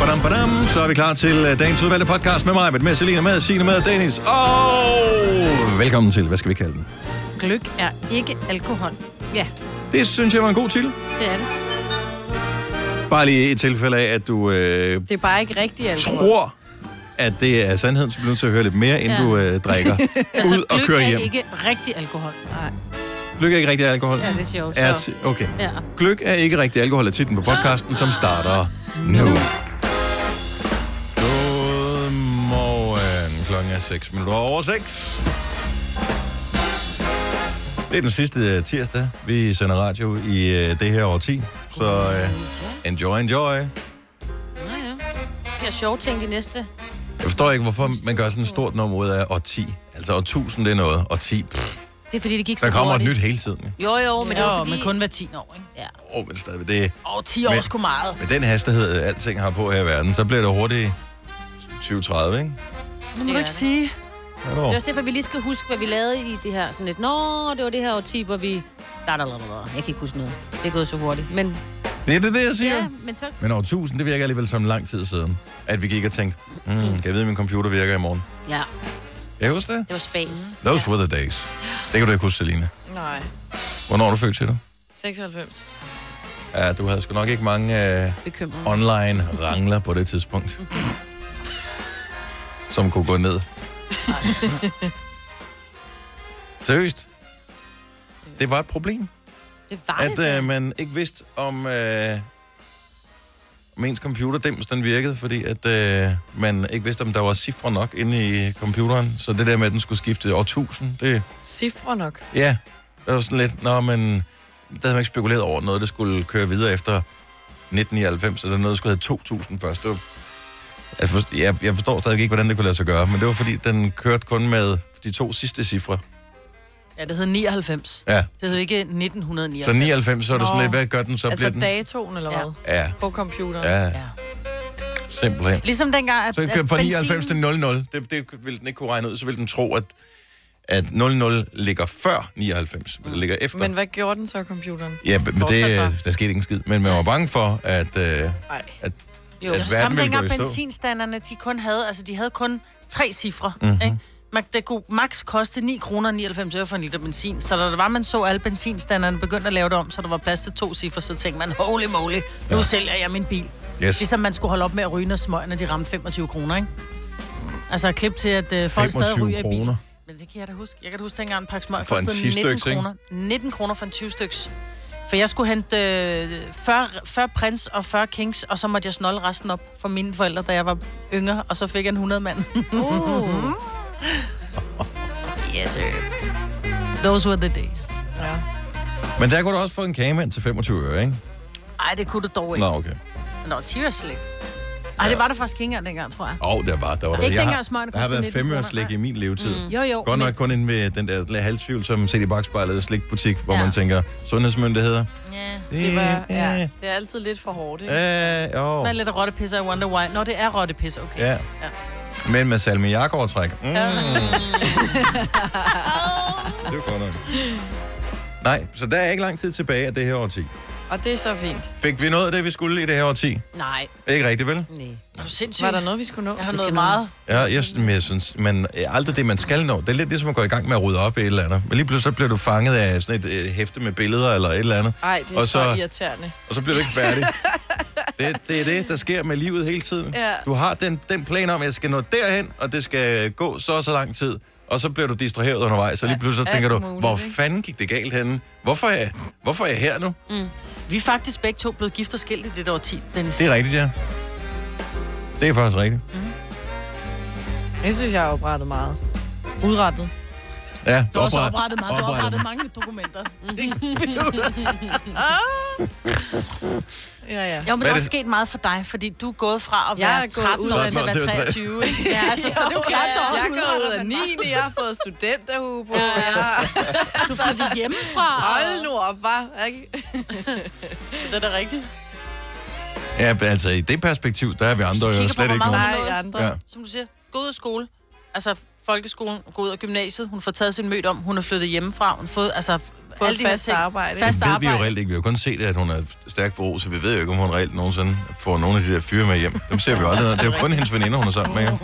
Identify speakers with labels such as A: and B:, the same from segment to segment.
A: Badam, badam. Så er vi klar til øh, dagens udvalgte podcast med mig, med Selina, med Signe, med Dennis. Og velkommen til, hvad skal vi kalde den?
B: Gløk er ikke alkohol. Ja,
A: Det synes jeg var en god titel.
B: det er det.
A: Bare lige i tilfælde af, at du øh,
B: Det er bare ikke rigtig alkohol.
A: tror, at det er sandheden, så bliver du nødt til at høre lidt mere, inden
B: Ja.
A: du øh, drikker ud og
B: gløgg
A: kører
B: er
A: hjem.
B: ikke rigtig alkohol. Nej.
A: Lykke er ikke rigtig alkohol.
B: Ja, det er sjovt,
A: Er
B: så.
A: ti- okay.
B: Ja.
A: Gløk er ikke rigtig alkohol er titlen på podcasten, som starter nu. Godmorgen. Klokken er 6 minutter over 6. Det er den sidste øh, tirsdag, vi sender radio i øh, det her årti. Så øh, enjoy, enjoy.
C: Nå ja. Skal jeg sjove ting de næste?
A: Jeg forstår ikke, hvorfor man gør sådan et stort nummer ud af årti. Altså årtusind, det er noget. Årti, pff,
C: Det er fordi, det gik så
A: der kommer et
C: hurtigt.
A: nyt hele tiden. ja.
C: Jo, jo, men det var
B: Jo,
C: fordi...
B: men kun hver 10 år, ikke?
C: Ja.
A: Åh, oh, men stadigvæk, det
B: Og 10 år
A: Men-
B: er sgu meget.
A: Med den hastighed, alting har på her i verden, så bliver det hurtigt 2030, ikke?
B: Nu må
C: Det
B: du
C: er
B: ikke
C: det.
B: sige.
C: Det er
A: Hallo.
C: også derfor, vi lige skal huske, hvad vi lavede i det her. Sådan lidt, nå, det var det her årti, hvor vi... Da, da, da, da, da. Jeg kan ikke huske noget. Det er gået så hurtigt. Men
A: Det er det, det jeg siger.
C: ja,
A: Ja.
C: men så...
A: Men over 1000, det virker alligevel som lang tid siden, at vi gik og tænkte, mm, kan jeg vide, at min computer virker i morgen?
C: Ja,
A: Kan jeg huske det?
C: det var spas.
A: Those were the days. Det kan du ikke huske, Selina.
D: Nej,
A: Hvornår er du født til du?
D: 96.
A: Ja, du havde sgu nok ikke mange øh,
C: Bekymret.
A: online rangler på det tidspunkt, som kunne gå ned. Seriøst? Det var et problem.
C: Det var det.
A: at øh,
C: da.
A: man ikke vidste, om, øh, om ens computerdims den virkede, fordi at øh, man ikke vidste, om der var cifre nok inde i computeren. Så det der med, at den skulle skifte år 1000, det,
D: Cifre nok.
A: ja, det var sådan lidt, nå, men der havde man ikke spekuleret over noget, der skulle køre videre efter 1999, eller noget, der skulle have 2000 først. Det var, jeg, forstår, jeg, jeg forstår stadig ikke, hvordan det kunne lade sig gøre, men det var fordi, den kørte kun med de to sidste cifre.
B: Ja, det hed 99.
A: Ja,
B: Det hed ikke
A: så
B: 1999.
A: 99, så er det sådan
D: Nå.
A: lidt, hvad gør den så?
D: Altså
A: bliver den?
D: datoen eller hvad?
A: Ja,
D: På computeren.
A: ja, ja.
B: Ja.
A: simpelthen.
B: Ligesom dengang, at,
A: Så
B: at
A: kører fra 99 til
B: benzinen-
A: 00. Det, det vil den ikke kunne regne ud. Så vil den tro, at, at 00 ligger før 99. Mm. Det ligger efter.
D: Men hvad gjorde den så, computeren?
A: ja, men
D: fortsat bare.
A: det, der skete ingen skid. Men man var bange for, at...
D: Nej.
A: Øh,
B: Jo,
A: at
B: det var
A: verden
B: samme
A: ville
B: dengang
A: gå i stå.
B: benzinstanderne, de kun havde, altså de havde kun tre cifre,
A: Mhm.
B: mm-hmm. ikke? Man, det kunne max koste 9 kroner og 99 øre for en liter benzin. Så da det var, man så alle benzinstanderne begyndte at lave det om, så der var plads til to cifre, så tænkte man, holy moly, nu ja. sælger jeg min bil.
A: Yes.
B: Ligesom man skulle holde op med at ryge, når smøgerne de ramte 25 kroner, ikke? Altså klip til, at øh, folk stadig
A: 25
B: ryger i
A: kroner.
B: bil. Men det kan jeg da huske. Jeg kan da huske, dengang en pakke smøg
A: For en
B: kostede
A: 10
B: 19
A: styks, ikke?
B: kroner. 19 kroner for en 20 styks. For jeg skulle hente øh, 40, 40 prins og 40 kings, og så måtte jeg snolle resten op for mine forældre, da jeg var yngre, og så fik jeg en 100 mand.
C: Uh,
B: yes, sir. Those were the days.
D: Ja.
A: men der kunne du også få en kagemand til 25 øre, ikke?
B: Ej, det kunne du dog
A: Nå,
B: ikke.
A: okay.
B: Nå, no. slik. Ej, det var der faktisk ikke engang dengang, tror jeg.
A: Åh, oh, der var der. Var der.
B: Ikke
A: Jeg
B: dengang
A: har,
B: smøgerne
A: der har
B: kostede
A: været
B: 19
A: fem
B: kroner.
A: øre slik i min levetid. Mm.
B: Jo, jo.
A: Godt nok kun inde ved den der lidt halvtvivl, som set i bagspejlet af slikbutik, hvor
B: Ja.
A: man tænker, sundhedsmyndigheder.
B: Men, ja.
D: Det, var, ja, det er altid lidt for hårdt, ikke?
A: Øh, jo.
B: Der er lidt af rottepisse, I wonder why. Nå, det er rottepisse, okay.
A: Ja.
B: Ja.
A: Men med salmiakovertræk. Mm. Ja. det var godt nok. Nej, så der er ikke lang tid tilbage af det her årti.
D: Og det er så fint.
A: Fik vi noget af det, vi skulle i det her årti?
C: nej,
A: Ikke rigtigt, vel?
C: nej.
B: Er du sindssyg?
D: Var der noget, vi skulle nå?
B: Jeg har
D: Vi
B: noget
D: skal
B: meget.
A: Ja, jeg, men jeg synes, men aldrig det, man skal nå. Det er lidt ligesom at gå i gang med at rydde op i et eller andet. Men lige pludselig så bliver du fanget af sådan et øh, hæfte med billeder eller et eller andet.
D: nå. Ej, det er
A: Og
D: så,
A: så-
D: så irriterende.
A: Og så bliver du ikke færdig. Det, det er det, der sker med livet hele tiden.
D: Ja.
A: Du har den, den plan om, at jeg skal nå derhen, og det skal gå så og så lang tid. Og så bliver du distraheret undervejs, så lige pludselig så
D: alt
A: tænker du,
D: muligt,
A: hvor
D: ikke?"
A: fanden gik det galt henne? Hvorfor er, jeg- hvorfor er jeg her nu?
B: Vi er faktisk begge to blevet gift og skilt i det år 10, Dennis.
A: Det er rigtigt, ja. Det er faktisk rigtigt.
D: Jeg synes, jeg har oprettet meget. Udrettet.
A: Ja,
B: Du har også
A: opret-
B: oprettet mange, du har
A: oprettet.
B: oprettet mange dokumenter.
D: Mhm. Ja, ja.
B: jo, men
A: Hvad
B: der er
A: er det?
B: også sket meget for dig, fordi du er gået fra at
D: Jeg
B: være
D: er gået
B: 13
D: ud
B: år
D: af-
B: til at være
A: til at være
B: 23. ikke? ja, altså, så det er jo klart, der
D: Jeg
B: er
D: er gået ud af 9. Jeg har fået studenterhue på. Ja.
B: Du flyttede hjemmefra.
D: Hold nu op, var.
B: det er da rigtigt.
A: Ja, altså i det perspektiv, der er vi andre
B: Hvis du kigger
A: jo
B: på,
A: slet
B: hvor
A: ikke nogen.
B: mange-
D: Nej, andre.
A: Ja.
D: Ja.
B: Som du siger, gå ud af skole. Altså folkeskolen, gå ud af gymnasiet. Hun får taget sin mødt om. Hun er flyttet hjemmefra. Hun har fået, altså,
D: fået
B: Alle de her
D: fast
B: ting.
D: arbejde, ikke?
B: Fast
A: Det ved vi jo
B: arbejde.
A: reelt ikke. Vi har jo kun set, at hun er stærk på så vi ved jo ikke, om hun reelt nogensinde får nogle af de der fyre med hjem. Dem ser vi jo aldrig. Det er jo kun hendes veninder, hun er sammen med. jo.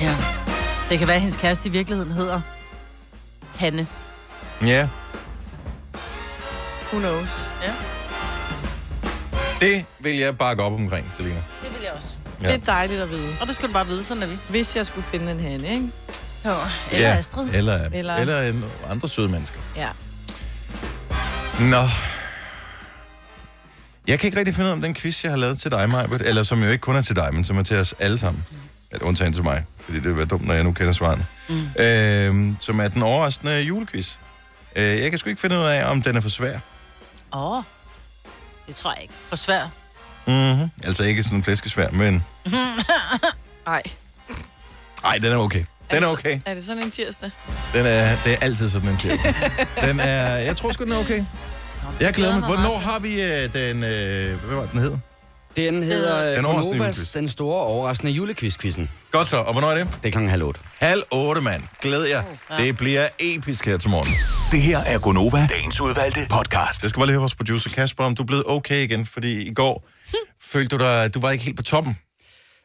B: Ja. Det kan være, at hendes kæreste i virkeligheden hedder Hanne.
A: Ja,
D: Who knows?
B: Ja.
A: det vil jeg bakke op omkring, Selina.
B: Det vil jeg også.
A: Ja.
D: Ja. Det er dejligt at vide.
B: Og det skal du bare vide, sådan er vi.
D: Hvis jeg skulle finde en hane, ikke?
B: Jo. Eller
A: ja.
B: Astrid.
A: Eller,
D: Eller-
A: eller... eller en- andre søde mennesker.
D: Ja.
A: Nå. Jeg kan ikke rigtig finde ud af, om den quiz, jeg har lavet til dig, Majbert, eller som jo ikke kun er til dig, men som er til os alle sammen. Eller undtagen til mig, fordi det vil være dumt, når jeg nu kender svarene. Mm. Øh, som er den overraskende julequiz. Øh, jeg kan sgu ikke finde ud af, om den er for svær.
C: Åh, oh, det tror jeg ikke.
B: For svær.
A: Mm-hmm. Altså ikke sådan flæskesvær, men...
D: Ej.
A: Nej, den er okay. Den er okay.
D: Er det sådan en tirsdag?
A: Den er, det er altid sådan en sjæl. Den er, jeg tror sgu, den er okay. Jeg glæder mig. Hvornår har vi øh, den... Øh, hvad var det, den hed?
E: Den hedder
A: Den
E: den, Novas,
A: overraskende julequiz.
E: den store overraskende julequiz-quizzen.
A: Godt så, og hvornår er det?
E: Det er klokken halv otte.
A: Halv otte, mand. Glæd jer. Det bliver episk her til morgen.
F: Det her er Gonova, dagens udvalgte podcast.
A: Jeg skal bare lige høre vores producer Kasper, om du er blevet okay igen, fordi i går følte du dig, du var ikke helt på toppen.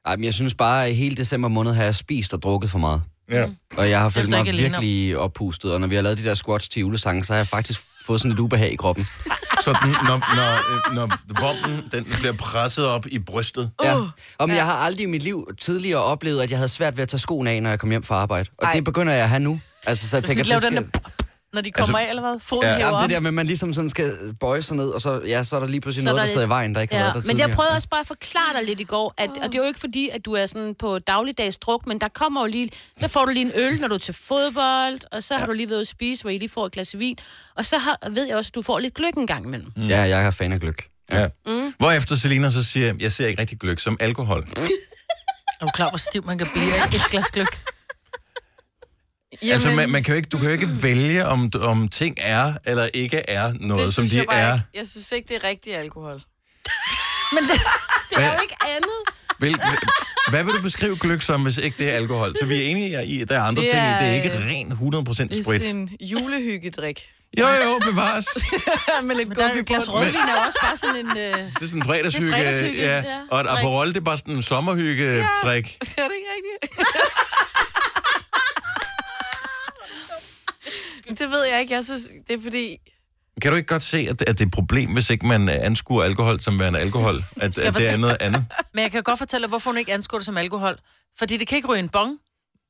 E: Ej, men jeg synes bare, at hele december måned har jeg spist og drukket for meget.
A: Ja.
E: Og jeg har
B: er
E: følt
B: du
E: mig
B: ikke alene om.
E: virkelig oppustet, og når vi har lavet de der squats til julesangen, så har jeg faktisk fået sådan lidt ubehag i kroppen.
A: Så den, når, når, øh, når vommen, den bliver presset op i brystet.
E: Ja. Om jeg har aldrig i mit liv tidligere oplevet, at jeg havde svært ved at tage skoene af, når jeg kom hjem fra arbejde. Og Ej. det begynder jeg at have nu. Altså, så jeg tænker,
B: Skal de lave
E: det
B: den
E: skal...
B: der... Når de kommer af, eller hvad? Foden
A: Altså,
B: ja,
A: ja.
E: Jamen,
B: hæver op.
E: det der med, at man ligesom sådan skal bøje sig ned, og så, ja, så er der lige pludselig
C: Så er
E: noget, der
C: der
E: sidder i
C: lidt-
E: vejen, der ikke har
C: Ja,
E: været der
C: men jeg
E: tidligere.
C: prøvede også bare at forklare dig lidt i går, at, og det er jo ikke fordi, at du er sådan på dagligdags druk, men der kommer jo lige, der får du lige en øl, når du er til fodbold, og så ja. har du lige været ude at spise, hvor I lige får et glas vin, og så har, ved jeg også, at du får lidt gløk en gang imellem.
E: Mm. Ja, jeg er fan af gløk.
A: Ja. Hvorefter Selina så siger, jeg ser ikke rigtig gløk som alkohol.
B: Er du klar, hvor stiv man kan blive af et glas gløk?
D: Jamen,
A: Altså, man, man kan jo ikke, du kan jo ikke vælge, om, om ting er eller ikke er noget, som
D: synes
A: de
D: jeg bare
A: er.
D: Ikke. Jeg synes ikke, det er rigtig alkohol.
C: Det er
A: Hvad-
C: jo ikke andet.
A: Hvil, hvad vil du beskrive gløk som, hvis ikke det er alkohol? Så vi er enige i, at der er andre
D: Det
A: ting i. Det er
D: er,
A: ikke
D: øh,
A: ren 100%
D: Det er
A: sprit.
D: sådan en julehyggedrik.
A: Jo, jo, bevares.
D: med lidt
B: Men der er jo et glas
D: rødvin.
B: rødvin, er jo også bare sådan en... Øh...
A: Det er sådan en fredagshygge.
B: Det er fredagshygge,
A: ja.
B: ja.
A: Og et Aperol, det er bare sådan en sommerhygge-drik.
D: Er det ikke rigtigt? det ved jeg ikke. Jeg synes, det er fordi...
A: Kan du ikke godt se, at det, at det er et problem, hvis ikke man øh, anskuer alkohol som værende alkohol? At, at det er
B: fortælle-
A: noget andet?
B: Men jeg kan godt fortælle dig, hvorfor hun ikke anskuer det som alkohol. Fordi det kan ikke ryge en bong.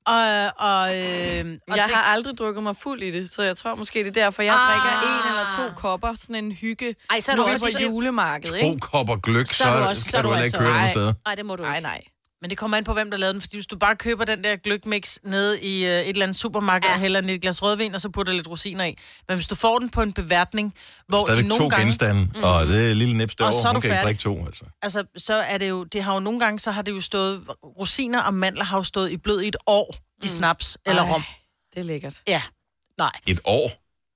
B: Og, og, øh, og
D: Og jeg
B: det,
D: det... har aldrig drukket mig fuld i det, så jeg tror måske, det er derfor, jeg ah.
C: Ah.
D: drikker en eller to kopper. Sådan en hygge.
C: Ej, så er
D: nu
C: du
D: er vi
C: også-
D: på julemarkedet,
A: To
D: ikke?
A: kopper gløk, så,
C: er du
A: så,
C: også-
A: så
C: så
A: kan
C: er
A: du
C: du
A: heller ikke
C: også-
A: køre nogen
D: Ej.
A: steder.
C: Nej, det må du
D: Nej,
C: ikke.
D: nej.
B: Men det kommer an på, hvem der lavede den. Fordi hvis du bare køber den der gløgmix nede i øh, et eller andet supermarked, ja. og hælder den i et glas rødvin, og så putter lidt rosiner i. Men hvis du får den på en beværtning, hvor de
A: Stadigvæk to
B: nogle gange...
A: genstande, og det er et lille nips
B: Og så
A: derovre.
B: er
A: Hun
B: du
A: kan ikke
B: færdig.
A: drikke to, altså.
B: Altså, så er det jo... Det har jo nogle gange, så har det jo stået... Rosiner og mandler har jo stået i blød i et år i snaps eller
D: Mm. Ej,
B: rom.
D: Det er lækkert.
B: Ja. Nej.
A: Et år?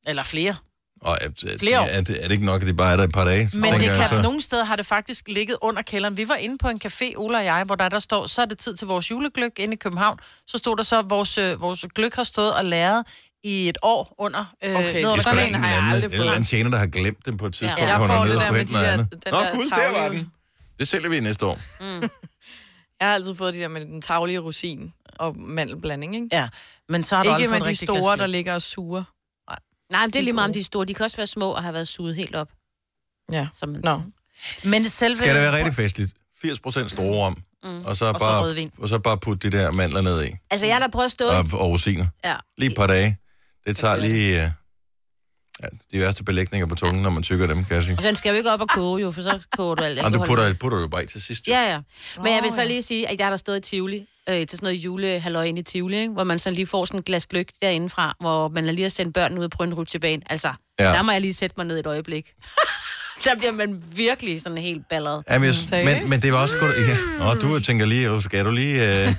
B: Eller flere.
A: Og er,
B: Flere år.
A: er, er, det, er det ikke nok, at det bare er der et par dage? Så
B: Men det
A: tænker jeg
B: kan, nogle steder har det faktisk ligget under kælderen. Vi var inde på en café, Ola og jeg, hvor der, der står, så er det tid til vores julegløk inde i København. Så stod der så, at vores, øh, vores gløk har stået og læret i et år under... Øh,
D: Okay.
B: ned
D: Det er
B: under
A: Det er sgu da
D: Sådan
A: en
D: en
B: kælderen.
D: har jeg
A: eller anden,
D: aldrig
A: en eller
D: fået.
A: anden tjener, der har glemt den på et tidspunkt.
C: Ja,
A: Ja,
D: jeg
A: hvor han
D: får
A: er
D: det
A: nede og
D: der
A: skulle
D: med de
A: hente noget
D: der-
A: andet.
D: den
A: Nå,
D: der
A: gud, der var
D: tavle.
A: den. Det sælger vi næste år.
D: Jeg har altid fået de der med den taglige rosin og mandelblanding, ikke?
B: Ja, men så har du
D: Ikke
B: aldrig
D: med
B: fået
D: de
B: rigtig
D: store,
B: glasgløgg.
D: der ligger og suger.
C: Nej, men det er lige meget om de er store. De kan også være små og have været suget helt op.
D: Ja.
C: Som man...
D: Nå.
B: Men selve...
A: Skal det være rigtig festligt? 80% store om.
D: Mm.
A: Og så,
B: Og så
A: bare,
B: rødvin.
A: og så bare putte de der mandler ned i.
C: Altså, jeg har da prøvet at stå...
A: Og, og rosiner.
C: Ja.
A: Lige et par dage. Det tager lige... øh, Ja, de værste belægninger på tungen, når man tykker dem, kan jeg sige.
C: Og den skal jo ikke op og koge, jo, for så koger du alt
A: Og du
C: alkohol.
A: putter, putter du bare i til sidst. jo.
C: Ja, ja. Men jeg vil
D: Nå,
C: så
D: ja.
C: lige sige, at jeg har der stået i Tivoli, øh, til sådan noget julehalløj inde i Tivoli, ikke? hvor man så lige får sådan et glas gløk derindefra, hvor man lige har sendt børnene ud og prøve en rutsjebane. Altså,
A: Ja.
C: ja. der må jeg lige sætte mig ned et øjeblik. der bliver man virkelig sådan helt balleret.
A: Jamen, jeg, men,
D: seriøst?
A: men det var også godt... Ja. Nå, du tænker lige, "Åh, skal du lige...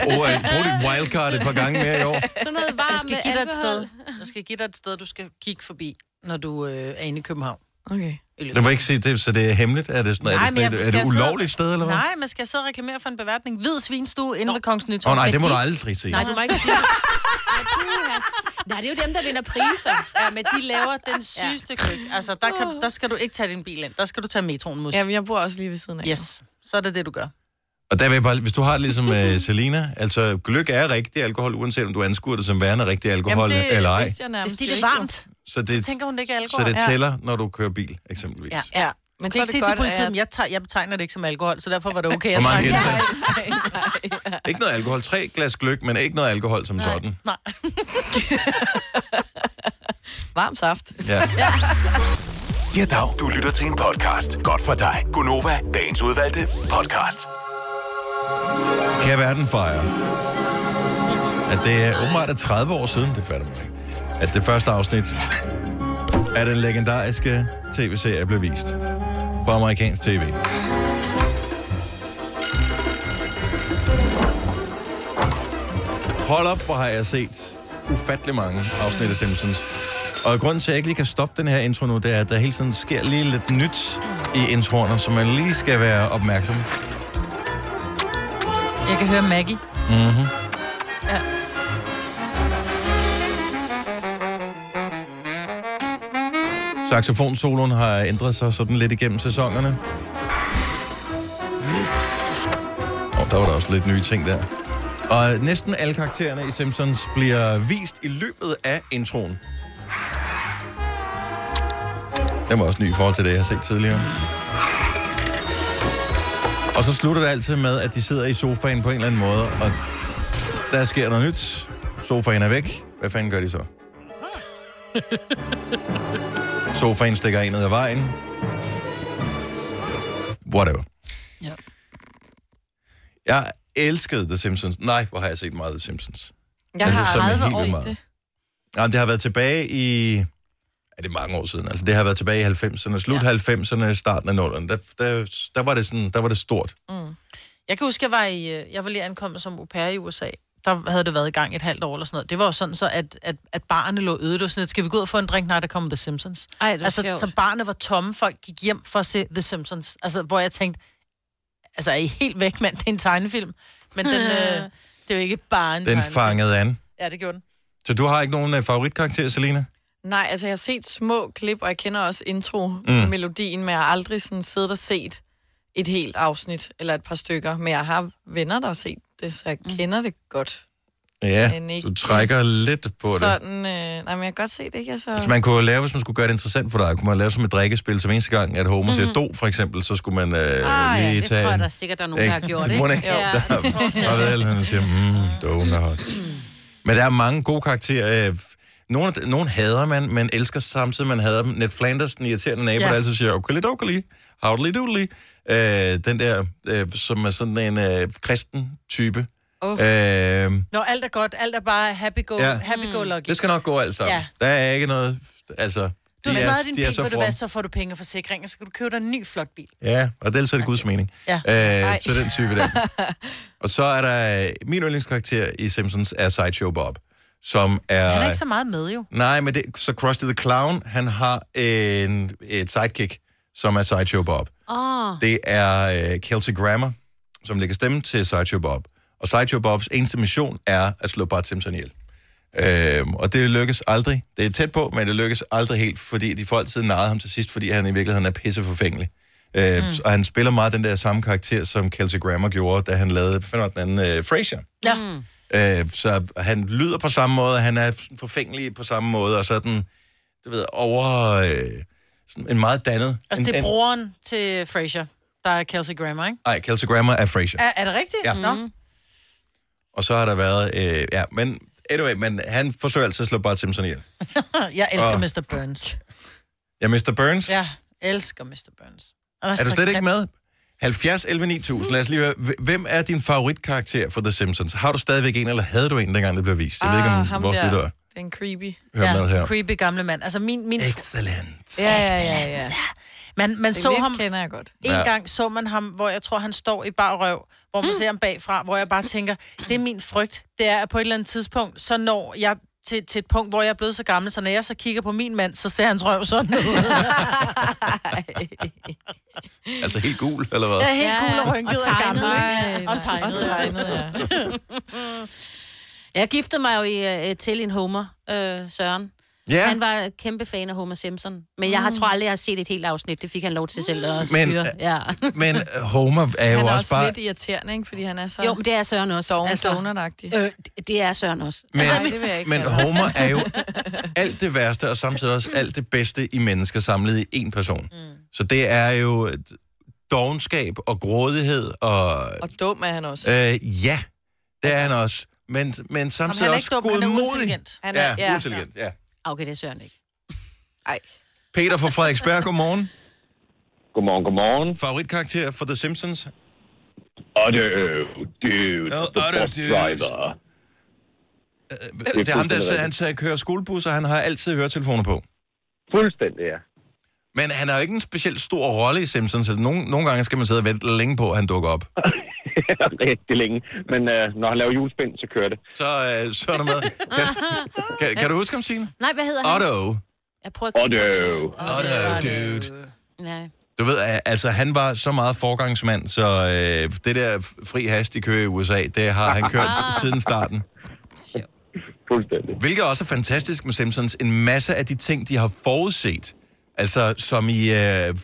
A: Øh, bruge, bruge dit wildcard et par gange mere i år?
C: Sådan noget varmt
B: Jeg skal
C: med
B: give dig et
C: alkohol.
B: sted. Jeg skal give dig et sted, du skal kigge forbi, når du øh, er inde i København.
D: Okay.
A: Du må ikke se det, så det er hemmeligt? Er det, sådan, er
B: Nej,
A: det,
B: men
A: sådan,
B: jeg-
A: et- er
B: skal
A: det
B: jeg sidde-
A: ulovligt sted, eller hvad?
B: Nej, man skal jeg sidde og reklamere for en beværtning. Hvid svinstue inde ved Kongens Nytorv.
A: Åh oh, nej,
C: Men
A: det må du
C: de-
A: aldrig sige.
C: Nej, du må ikke sige det. Ja, puha. Nej, det er jo dem, der vinder priser.
B: Ja, men de laver den sygeste ja. kryg. Altså, der, kan, der skal du ikke tage din bil ind. Der skal du tage metroen, mus.
D: Jamen, jeg bor også lige ved siden af.
B: Yes, så er det det, du gør.
A: Og der vil jeg bare, hvis du har det ligesom øh, Selina, altså gløk er rigtig alkohol, uanset om du anskuer det som værende rigtig alkohol Jamen, det, eller ej.
D: vidste jeg
B: Det er
D: nærmest
B: fordi, det er
D: ikke, jo.
B: varmt.
A: Så
B: Så
A: det,
B: tænker hun, det ikke er
A: så
B: alkohol.
A: det
B: Ja.
A: tæller, når du kører bil, eksempelvis. Ja.
B: Ja.
D: Ja, men
B: Du kan ikke sige til politiet, at jeg, tager, jeg betegner det ikke som alkohol, så derfor var det okay.
A: Hvor
B: at
A: mange
B: drikke.
A: genstande? Ikke noget alkohol. Tre glas gløk, men ikke noget alkohol som Nej. sådan.
B: Nej.
D: varm saft.
A: Ja.
F: Ja, dag. Du lytter til en podcast. Godt for dig. Gunova, dagens udvalgte podcast.
A: Kan verden fejre? At det er åbenbart er 30 år siden, det fatter man ikke, at det første afsnit af den legendariske tv-serie blev vist på amerikansk tv. Hold op, hvor har jeg set ufattelig mange afsnit af Simpsons. Og grunden til, at jeg ikke lige kan stoppe den her intro nu, det er, at der hele tiden sker lige lidt nyt i introerne, så man lige skal være opmærksom
B: Jeg kan høre Maggie.
A: Saxofonsoloen har ændret sig sådan lidt igennem sæsonerne. Og der var der også lidt nye ting der. Og næsten alle karaktererne i Simpsons bliver vist i løbet af introen. Den var også ny i forhold til det, jeg har set tidligere. Og så slutter det altid med, at de sidder i sofaen på en eller anden måde, og der sker noget nyt. Sofaen er væk. Hvad fanden gør de så? Sofaen stikker en ned ad vejen. Whatever.
B: Ja.
A: Jeg elskede The Simpsons. Nej, hvor har jeg set meget The Simpsons.
D: Jeg
A: Altså,
D: har
A: som
D: 30
A: helt
D: år
A: meget.
D: i det.
A: Nej, det har været tilbage i... Ja, det er mange år siden. Altså, det har været tilbage i 90'erne, slut ja. 90'erne, starten af 0'erne. Der, der, der, var det sådan, der var det stort.
B: Jeg kan huske, jeg var, i, øh, jeg var lige ankommet som au pair i USA. Der havde det været i gang et halvt år eller sådan noget. Det var jo sådan så, at, at, at barne lå øde. Det var sådan, at skal vi gå ud og få en drink? Nej, der kommer The Simpsons.
C: Ej, det er
B: altså,
C: sjovt.
B: så barnet var tomme. Folk gik hjem for at se The Simpsons. Altså, hvor jeg tænkte, altså, er I helt væk, mand? Det er en tegnefilm. Men den, øh, det er jo ikke bare en
A: Den
B: tegnefilm.
A: fangede an.
B: Ja, det gjorde den.
A: Så du har ikke nogen øh, favoritkarakter, Selina?
D: Nej, altså jeg har set små klip, og jeg kender også intro-melodien, mm. men jeg har aldrig sådan siddet og set et helt afsnit, eller et par stykker, men jeg har venner, der har set det, så jeg
B: Mm.
D: kender det godt.
A: Ja,
D: Men ikke.
A: du trækker lidt på det.
D: Sådan, øh, nej, men jeg kan godt se det, ikke? Altså,
A: Altså, man kunne lave, hvis man skulle gøre det interessant for dig, kunne man lave som et drikkespil, som eneste gang, at Homer siger do, for eksempel, så skulle man øh,
C: Ah, ja,
A: lige
C: det tror
A: tage
C: jeg,
A: en-
C: der er sikkert, der er nogen, der har gjort,
A: det
C: ikke?
A: må ikke.
C: Ja, det
A: Der, og ved, han siger, mm, donuts. Men der er mange gode karakterer. øh, Nogle, nogle hader man, men elsker samtidig, man hader dem. Ned Flanders, den irriterende nabo, ja.
B: Ja.
A: der altid siger, okay, dokali, howdly doodly. Øh, den der, øh, som er sådan en øh, kristen type.
D: Oh.
A: Øh,
B: Nå, alt er godt. Alt er bare happy-go-lucky.
A: Ja.
B: Ja. Happy go lucky.
A: det skal nok gå alt sammen.
B: Ja.
A: Der er ikke noget... Altså,
B: Du
A: de
B: har
A: er-
B: smadret din
A: de er
B: bil, ved
A: så
B: du
A: fromme.
B: hvad, så får du penge og forsikring, og så kan du købe dig en ny flot bil.
A: Ja, og det er altså det guds mening.
B: Ja.
A: Øh,
D: Nej.
A: så den type der. og så er der... øh, Min yndlingskarakter i Simpsons er Sideshow Bob, som er...
B: Han er ikke så meget med, jo.
A: Nej, men det, så Krusty the Clown, han har en, et sidekick, som er Sideshow Bob.
C: Åh,
A: Det er øh, Kelsey Grammer, som lægger stemme til Sideshow Bob. Og Sideshow Bobs eneste mission er at slå Bart Simpson ihjel. Øhm, og det lykkes aldrig. Det er tæt på, men det lykkes aldrig helt, fordi de får altid narret ham til sidst, fordi han i virkeligheden er pisseforfængelig. Øh, mm. Og han spiller meget den der samme karakter, som Kelsey Grammer gjorde, da han lavede, hvad fanden var den anden, øh, Frasier.
B: Ja.
A: Øh, så han lyder på samme måde, han er sådan forfængelig på samme måde, og sådan, du ved, over øh, sådan en meget dannet...
B: Altså, det
A: en,
B: er broren til Frasier, der er Kelsey Grammer, ikke?
A: en, ej, Kelsey Grammer er Frasier.
B: Er, er det rigtigt? Mm.
A: Ja.
B: Nå?
A: Og så har der været... Øh, ja, men anyway, men han forsøger altid at slå Bart Simpson ihjel.
B: Jeg elsker
A: Og-
B: oh. Mr. Burns.
A: Ja, Mr. Burns, ja,
B: Ja, elsker Mr. Burns. Og
A: er du slet ikke med? 70 11 9000. Lad os lige høre, hv- hvem er din favoritkarakter for The Simpsons? Har du stadigvæk en, eller havde du en, dengang det blev vist? Jeg ved
D: ah,
A: ikke, om
D: ham
A: vores
D: der,
A: lytter
D: Den creepy.
A: hører med her.
B: creepy gamle mand. Altså, min... min
A: Excellent.
D: Ja, ja, ja, ja.
B: man, man
D: Den
B: så
D: lidt
B: ham...
D: kender jeg godt.
B: En
A: Ja.
B: ja. gang så man ham, hvor jeg tror, han står i bar røv, hvor man mm. ser ham bagfra, hvor jeg bare tænker, det er min frygt. Det er, at på et eller andet tidspunkt, så når jeg til, til et punkt, hvor jeg er blevet så gammel, så når jeg så kigger på min mand, så ser hans røv sådan ud.
A: Altså helt gul, eller hvad?
B: Jeg er helt
C: Ja,
B: cool og
C: og
B: rynket og,
C: tegnet,
B: gammel.
C: ikke?
B: ikke? Og tegnet,
D: Og
B: ja.
D: tegnet, ja.
C: Jeg giftede mig jo i, øh, til en Homer, øh, Søren.
A: Ja.
C: Han var kæmpe fan af Homer Simpson. Men jeg har, tror aldrig, jeg har set et helt afsnit. Det fik han lov til selv at styre.
A: Mm. Men, øh,
C: Men, ja.
A: Men øh, Homer er jo
D: Han er
A: også,
D: også
A: bare...
D: lidt irriterende, ikke? Fordi han er så
C: Jo, men det er Søren også.
D: doven
B: altså-
D: donut-agtig.
C: øh, det- det er Søren også.
A: Men,
D: Nej, det vil jeg ikke
A: men
D: kalde ham.
A: Homer er jo alt det værste, og samtidig også alt det bedste i mennesker samlet i én person. Mm. Så det er jo et dogenskab og grådighed, og
D: Og Altså- dum er han også.
A: øh, ja, det er han også. Men, men
B: Om
A: samtidig
B: han er
A: også
B: ikke dum, han er
A: godmodig.
B: uintelligent.
D: Han
A: ja,
D: er,
A: ja, uintelligent, ja.
C: Ah, Okay, det er Søren ikke.
D: Ej.
A: Peter fra Frederiksberg, godmorgen.
G: Godmorgen, godmorgen.
A: Favoritkarakter for The Simpsons?
G: Og det er jo, det er jo,
A: Ja,
G: the
A: og det er
G: bus
A: jo-
G: driver.
A: Det er ham, der
G: fuldstændig
A: han tager- kører skolebus, og han har altid høretelefoner på.
G: Fuldstændig, ja.
A: Men han har jo ikke en specielt stor rolle i Simpsons, så nogle, nogle gange skal man sidde og vente længe på, at han dukker op.
G: Rigtig længe. Men øh, når han laver julespind, så kører det.
A: Så, øh, så er der med. Kan, kan, kan du huske ham, Signe?
C: Nej, hvad hedder han?
A: Otto.
C: Jeg prøver at
G: Otto.
A: Otto, dude.
C: Nej.
A: Du ved, øh, altså han var så meget forgangsmand, så øh, det der fri hast i kører i USA, det har han kørt siden starten.
G: Fuldstændig.
A: Hvilket også er fantastisk med Simpsons. En masse af de ting, de har forudset, altså som i øh,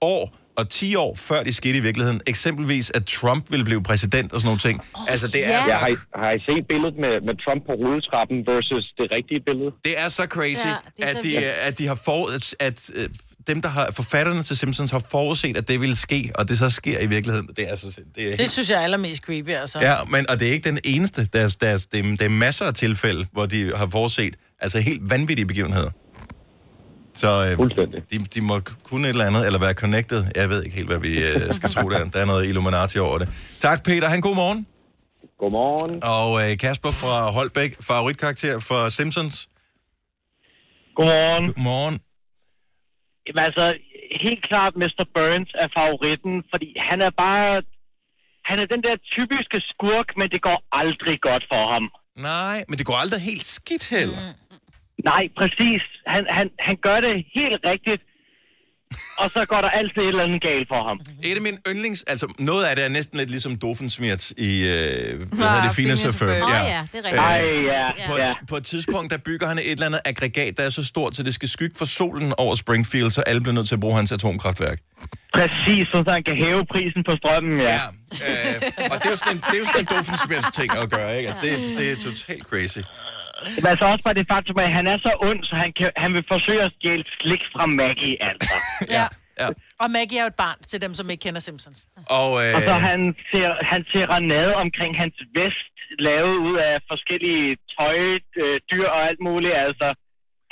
A: år og 10 år før de skete i virkeligheden. Eksempelvis, at Trump ville blive præsident og sådan nogle ting. Oh, altså, det er,
C: ja.
A: så,
G: Jeg har, I, har I set billedet med, med Trump på rulletrappen versus det rigtige billede?
A: det er så crazy,
C: Ja, det
A: ja,
C: er
A: at,
C: så
A: de,
C: vildt.
A: øh, at de har for, at, at øh, dem, der har, forfatterne til Simpsons har forudset, at det ville ske, og det så sker i virkeligheden. Det er, så, det er helt
B: Det synes jeg er allermest creepy, altså. Ja.
A: Ja, men, og det er ikke den eneste. Der er, der er, det er, der er masser af tilfælde, hvor de har forudset altså helt vanvittige begivenheder. Så øh,
G: Fuldstændig.
A: de, de må kunne et eller andet, eller være connected. Jeg ved ikke helt, hvad vi øh, skal tro der. Der er noget Illuminati over det. Tak, Peter. Han god morgen.
G: Godmorgen.
A: Og øh, Kasper fra Holbæk, favoritkarakter for Simpsons.
H: Godmorgen.
A: Morgen.
H: Jamen altså, helt klart Mr. Burns er favoritten, fordi han er bare... Han er den der typiske skurk, men det går aldrig godt for ham.
A: Nej, men det går aldrig helt skidt heller.
H: Nej, præcis. Han, han, han gør det helt rigtigt, og så går der altid et eller andet galt for ham.
A: Et af mine yndlings... Altså, noget af det er næsten lidt ligesom Dofensmirt i... Øh, hvad hedder
D: Ah,
A: det? Fine
D: Phineas og
A: Ferb.
D: Ferb.
C: Åh ja. ja, det er rigtigt.
A: Øh,
H: Ej, ja.
A: på,
H: ja.
A: et, på et tidspunkt, der bygger han et eller andet aggregat, der er så stort, så det skal skygge for solen over Springfield, så alle bliver nødt til at bruge hans atomkraftværk.
H: Præcis, så han kan hæve prisen på strømmen, ja. ja.
A: øh, og det er jo sådan en, det er jo sådan en Doofenshmirtz ting at gøre, ikke? Altså, det, det er totalt crazy.
H: Men altså også bare det faktum, at han er så ond, så han, kan, han vil forsøge at stjæle slik fra Maggie, altså.
A: Ja. ja.
B: Og Maggie er jo et barn til dem, som ikke kender Simpsons.
A: Og, øh,
H: Og så han ser han ser ranade omkring hans vest, lavet ud af forskellige tøj, øh, dyr og alt muligt. Altså,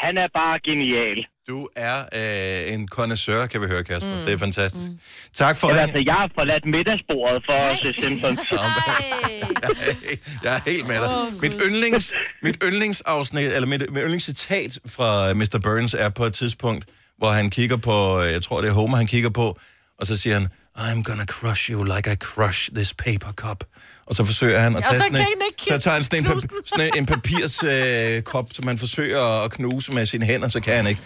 H: han er bare genial.
A: du er øh, en connoisseur, kan vi høre, Kasper. Mm. Det er fantastisk. Mm. Tak for
H: Jamen,
A: ringen.
H: altså, jeg har forladt middagsbordet for at se Simpsons.
A: Jeg er helt med dig. mit, yndlings, mit yndlingsafsnit, eller mit, mit yndlingscitat fra Mr. Burns er på et tidspunkt, hvor han kigger på, jeg tror det er Homer, han kigger på, og så siger han, I'm gonna crush you like I crush this paper cup. Og så forsøger han at tage
B: så
A: sådan
B: kan
A: en,
B: han ikke
A: så tager han sådan en,
B: knuse
A: pap, sådan en papirskop, øh, kop, som han forsøger at knuse med sine hænder, så kan han ikke.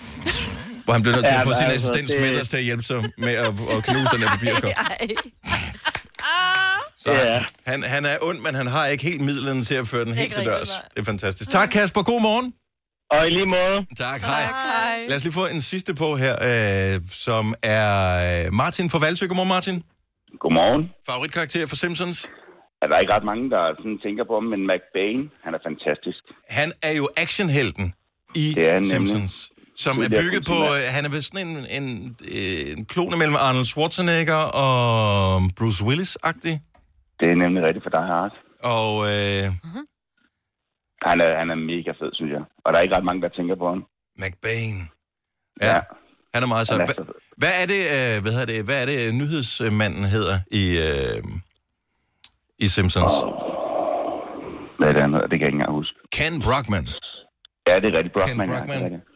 A: Hvor han bliver nødt til at
H: Ja,
A: få sin
H: men altså,
A: assistent
H: det-
A: Smithers til at hjælpe sig med at, at knuse den her papirkop. Så
H: Ja.
A: han, han, han er ond, men han har ikke helt midlerne til at føre den helt til
B: rigtigt,
A: dørs.
B: nej.
A: Det er fantastisk. Tak, Kasper. God morgen.
H: Og i lige måde,
A: Tak, hej. Lad os lige få en sidste på her, øh, som er øh, Martin fra Valsø. Godmorgen, Martin.
I: Godmorgen.
A: Favoritkarakter for Simpsons.
I: Ja, Der er ikke ret mange, der sådan tænker på ham, men McBain, han er fantastisk.
A: Han er jo actionhelten i
I: Det er han nemlig.
A: Simpsons. Som er
I: Tidligere
A: bygget på, øh,
I: politimand.
A: han er vist sådan en, en, øh, en klone mellem Arnold Schwarzenegger og Bruce Willis-agtig.
I: Det er nemlig rigtigt for dig, Hart.
A: Og øh,
I: Han er, han er mega fed, synes jeg. Og der er ikke ret mange, der tænker på ham.
A: McBain. Ja. Han er meget så.
I: Han er
A: Hva,
I: så fed.
A: hvad er det, øh, hvad hedder det, hvad er det øh, nyhedsmanden hedder i, øh, i Simpsons? Oh.
I: Hvad er det, han hedder? Det kan jeg ikke engang huske.
A: Ken Brockman.
I: Ja, det er rigtigt. Brockman, Ja,
A: Brockman.
I: det er rigtigt.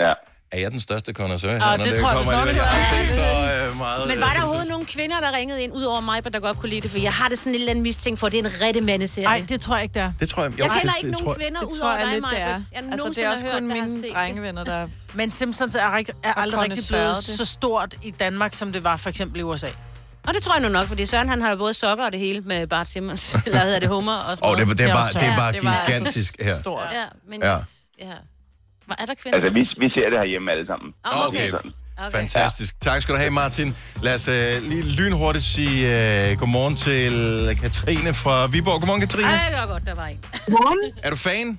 I: Ja.
A: Er jeg den største connoisseur?
B: Ah, det tror jeg vist nok, du er.
A: er. Så, øh, meget,
C: Men var
A: øh,
C: der overhovedet nogen kvinder, der ringede ind, udover mig, der godt kunne lide det? For jeg har det sådan en eller anden mistænkt for, at det er en rigtig mandeserie.
B: Nej, det tror jeg ikke, det er.
A: Det tror jeg.
C: jeg
A: Jo, det-
C: kender
A: det
C: ikke nogen
A: tror jeg-
C: kvinder,
D: Det tror
C: udover
D: jeg
C: dig,
D: lidt, det
C: Maja.
D: er.
C: Jeg
D: Altså, det
C: nogensinde
D: er
C: har
D: også
C: hørt,
D: kun
C: der har set
D: mine
C: det.
D: drengevenner, der...
B: Men Simpsons er, rigt- er aldrig rigtig
D: connoisseur,
B: blevet
D: det.
B: så stort i Danmark, som det var for eksempel i USA.
C: Og det tror jeg nu nok, fordi Søren han har jo både sokker og det hele med Bart Simmons, eller hedder det Hummer og sådan
A: Åh, det, var- det, er bare, det er bare
D: det var altså
A: Ah, gigantisk her.
D: Stort.
C: Ja, men...
A: Ja.
C: Ja. ja. Hvor er der kvinder?
I: Altså, vi, vi ser det herhjemme alle sammen.
C: Åh,
A: Okay.
I: Sådan.
C: Okay.
A: Fantastisk. Tak skal du have, Martin. Lad os øh, lige lynhurtigt sige øh, godmorgen til Katrine fra Viborg. Godmorgen, Katrine.
C: Ej, det var godt, der var en.
A: Er du fan?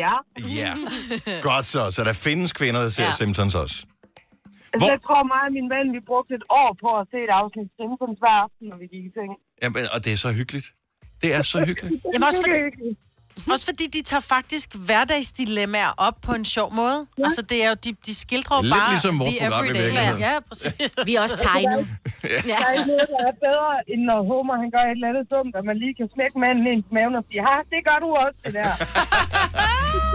J: ja.
A: Ja. Godt så. Så der findes kvinder, der ser ja.
C: Ja.
A: Simpsons også.
J: Altså,
A: Hvor-
J: jeg tror mig og min mand, vi brugte et år på at se et afsnit Simpsons hver aften, når vi gik i seng.
A: Jamen, og det er så hyggeligt. Det er så hyggeligt.
B: Jamen også, for,
J: Det er hyggeligt.
B: også fordi de tager faktisk hverdagsdilemmaer op på en sjov måde. Ja. Altså det er jo, de, de skildrer jo
A: Lidt
B: bare...
A: ligesom vores
B: the
A: program i
B: everyday.
A: virkeligheden.
B: Ja, præcis.
C: Vi er også tegnet. ja.
J: Der er ikke noget, der er bedre, end når Homer han gør et eller andet dumt, og man lige kan smække manden i ens maven og sige, ha, det gør du også, det der.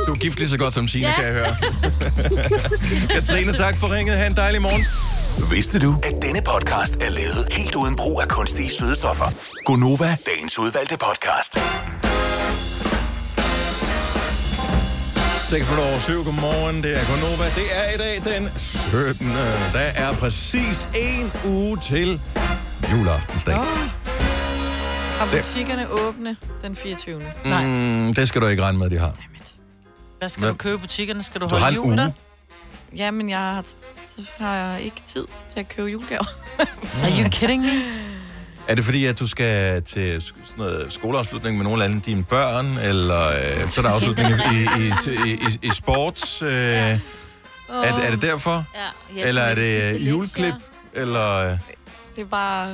A: Du er gift lige så godt som Signe, ja. kan jeg høre. Katrine, tak for ringet. Ha' en dejlig morgen.
F: Vidste du, at denne podcast er lavet helt uden brug af kunstige sødestoffer? Gonova, dagens udvalgte podcast.
A: 6 minutter over 7. Godmorgen. Det er Gonova. Det er i dag den 17. Der er præcis en uge til juleaftensdag.
D: Har butikkerne åbne den 24. Mm. Nej.
A: Mm, det skal du ikke regne med, de har.
B: Hvad skal du
A: Hvem?
B: købe i butikkerne? Skal du,
A: Du har
B: holde
A: en
B: jul der?
A: uge.
D: Ja, men jeg har, så har jeg ikke tid til at købe julegaver.
B: Are you kidding me?
A: Er det fordi, at du skal til sk- sådan noget skoleafslutning med nogle af alle dine børn, eller øh, så er der afslutning i, i, i, i, i, i sports? Øh, er, det- er det derfor?
C: ja. ja.
A: Eller er det øh,
C: Sidste
A: juleklip?
C: lektier.
A: Eller øh,
D: Det er bare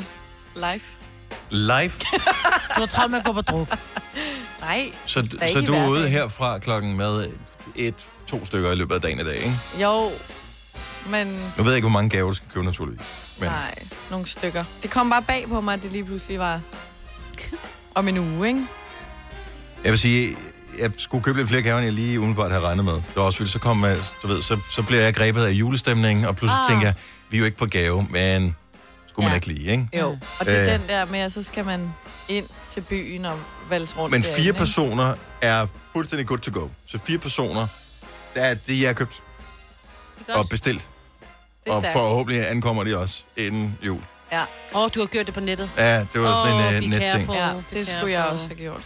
D: live.
A: live?
B: Du har travlt med at gå på druk.
D: Nej.
A: Så,
D: er
A: så
D: ikke
A: du er
D: hverdag.
A: ude herfra klokken med et, to stykker i løbet af dagen i dag, ikke?
D: Jo, men
A: Nu ved jeg ikke, hvor mange gaver du skal købe, naturligvis. Men
D: nej, nogle stykker. Det kom bare bag på mig, at det lige pludselig var om en uge, ikke?
A: jeg vil sige, jeg skulle købe lidt flere gaver, end jeg lige umiddelbart havde regnet med. Det var også fordi, så kom, øh, du ved, så, så bliver jeg grebet af julestemningen, og pludselig ah.
C: Ah.
A: tænker jeg, vi er jo ikke på gave, men skulle man
C: Ja.
A: ikke lige, ikke?
D: Jo, og det er
A: Øh.
D: den der med, at så skal man ind til byen og valse rundt.
A: Men
D: derinde,
A: fire
D: ikke?
A: personer er fuldstændig good to go. Så fire personer, der er det, jeg har købt
C: Det er
A: og
C: godt.
A: bestilt.
D: Det er
A: Og
D: stærkt.
A: forhåbentlig ankommer de også inden jul.
D: Ja,
C: Åh, oh, du har gjort det på nettet.
A: Ja, det var sådan
C: Åh,
A: en
C: be
A: uh, netting.
C: careful.
D: ja
C: Åh, det
D: det
C: kan
D: skulle
C: jeg
D: jeg
C: få.
D: også have gjort.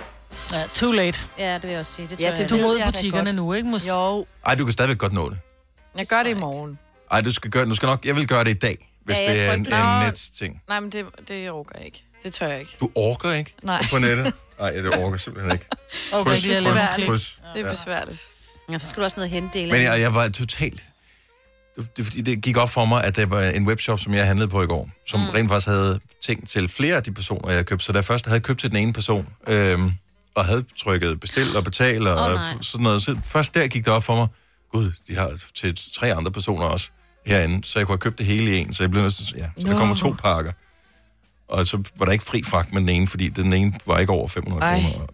B: Ja, too late.
C: Ja, det vil jeg også sige. Det
D: Ja,
C: tror jeg.
D: det
B: Du er
D: ved
B: ude i
D: jeg da
B: butikkerne
D: godt.
B: nu, ikke, Mus?
D: Jo,
A: Ej, du kan stadigvæk godt nå det.
D: jeg gør det i morgen.
A: Ej, du skal gøre, du skal nok, jeg vil gøre det i dag, hvis
C: Ja,
A: ja,
C: jeg
A: det er
C: tror
A: en,
C: ikke,
A: en
D: Nå.
A: net-ting.
D: Nej, men det, det orker jeg ikke. Det tør jeg ikke.
A: Du orker ikke
D: Nej,
A: på nettet? Nej, det orker simpelthen ikke.
B: Okay,
A: Kryds,
B: det er
A: kryds,
D: svært,
B: lidt
D: ikke?
A: kryds.
D: det er besværligt.
C: Ja, så skal du også noget hente eller
A: Men jeg, jeg var totalt... Det, det, fordi det gik op for mig, at der var en webshop, som jeg handlede på i går, som mm. rent faktisk havde ting til flere af de personer, jeg havde købt. Så da jeg først havde købt til den ene person, øhm, og havde trykket bestil og betal og
C: Åh,
A: oh,
C: nej.
A: sådan noget, så først der gik det op for mig, gud, de har til tre andre personer også herinde, så jeg kunne have købt det hele i en, så jeg blev næsten, ja, så der
D: Nå.
A: kommer to pakker. Og så var der ikke fri fragt med den ene, fordi den ene var ikke over 500
D: Ej.
A: kroner.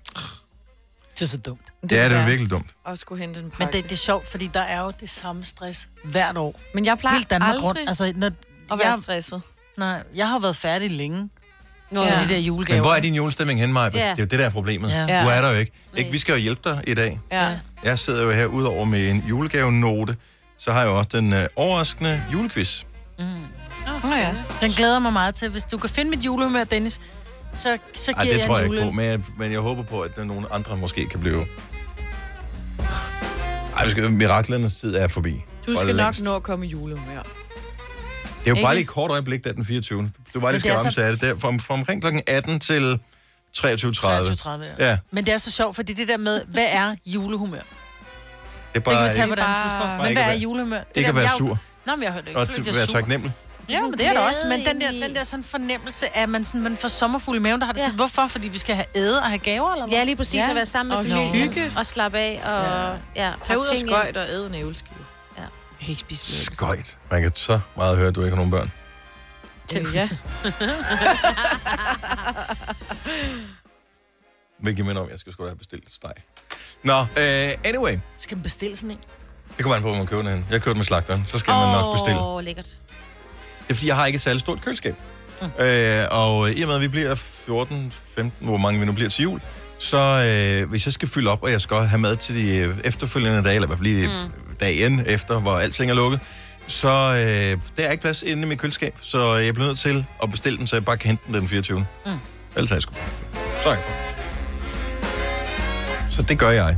B: Det er så dumt.
A: Det er det er
D: værst
A: virkelig dumt.
D: At skulle hente en pakke.
B: Men det, det er sjovt, fordi der er jo det samme stress hvert år.
D: men jeg plejer
B: Hele Danmark
D: aldrig
B: rundt. Altså, når,
D: at være
B: jeg,
D: stresset.
B: nej, jeg har været færdig længe
C: Nå,
B: med
C: ja.
B: de der julegaver.
A: Men hvor er din julestemning hen, Maja?
C: Ja.
A: Det er jo det, der er problemet.
B: Ja.
A: Du er der jo ikke.
C: Nej.
A: ikke. Vi skal jo hjælpe dig i dag.
D: Ja.
A: Jeg sidder jo her udover med en julegavenote, så har jeg jo også den øh, overraskende julequiz.
D: Nå ja.
B: Den glæder jeg mig meget til. Hvis du kan finde mit julehumør, Dennis, så, så
A: Ej,
B: giver
A: det tror jeg
B: jeg
A: ikke på, men jeg, men jeg håber på, at der er nogen andre måske kan blive... Ej, vi skal, miraklernes tid er forbi.
D: Du
A: For
D: skal nok
A: længst.
D: nå at komme i julehumør.
A: Det er jo bare
D: Ikke?
A: lige et kort øjeblik, der den 24. Du var lige
B: Men det er
A: skal
B: så-
A: omsætte det. Der, fra, fra omkring kl. 18 til 23.30.
B: 23, ja.
A: Ja,
B: Men det er så sjovt, fordi det der med, hvad er julehumør?
A: det er
B: Det kan
A: bare
B: vi tage på et andet
D: Bare-
B: tidspunkt.
A: Bare
B: Men
A: ikke
B: hvad
A: at
B: er
A: være-
B: julehumør? Det
A: ikke
B: der-
A: at være
B: jeg er jo-
A: sur
B: Nå, men jeg hørte ikke.
A: og
B: fordi
A: t-
B: jeg er
A: være
B: sur.
A: taknemmelig.
B: Ja, men det er der også. Men
C: Glæde
B: den der,
C: ind i.
B: den der sådan fornemmelse af, at man, sådan, man får sommerfuld i maven, der har det
C: Ja.
B: sådan, hvorfor? Fordi vi skal have æde og have gaver, eller hvad?
C: Ja, lige præcis
D: Ja.
C: at være sammen med
D: Og
C: familien.
D: hygge.
C: Og slappe af og... Ja. ja
D: Tag
C: pakke
D: ud og
C: ting ind.
D: skøjt og æde en æbleskive.
B: Jeg kan ikke spise mere.
A: Skøjt. Man kan så meget høre, at du ikke har nogen børn.
D: Øh, Ja.
A: Hvilket minder om, jeg skal sgu da have bestilt steg. Nå, uh, anyway.
B: Skal man bestille sådan en?
A: Det kommer an på, hvor man køber den hen. Jeg købte med slagteren, så skal oh. man nok bestille.
C: Åh, lækkert.
A: Det er fordi, jeg har ikke et særlig stort køleskab. Mm. Øh, og i og med, at vi bliver 14, 15, hvor mange vi nu bliver til jul, så øh, hvis jeg skal fylde op, og jeg skal have mad til de øh, efterfølgende dage, eller i hvert fald lige mm. dagen efter, hvor alting er lukket, Så øh, der er ikke plads inde i mit køleskab, så jeg bliver nødt til at bestille den, så jeg bare kan hente den den 24. Mm. Ellers har jeg sgu Sorry. Så det gør jeg.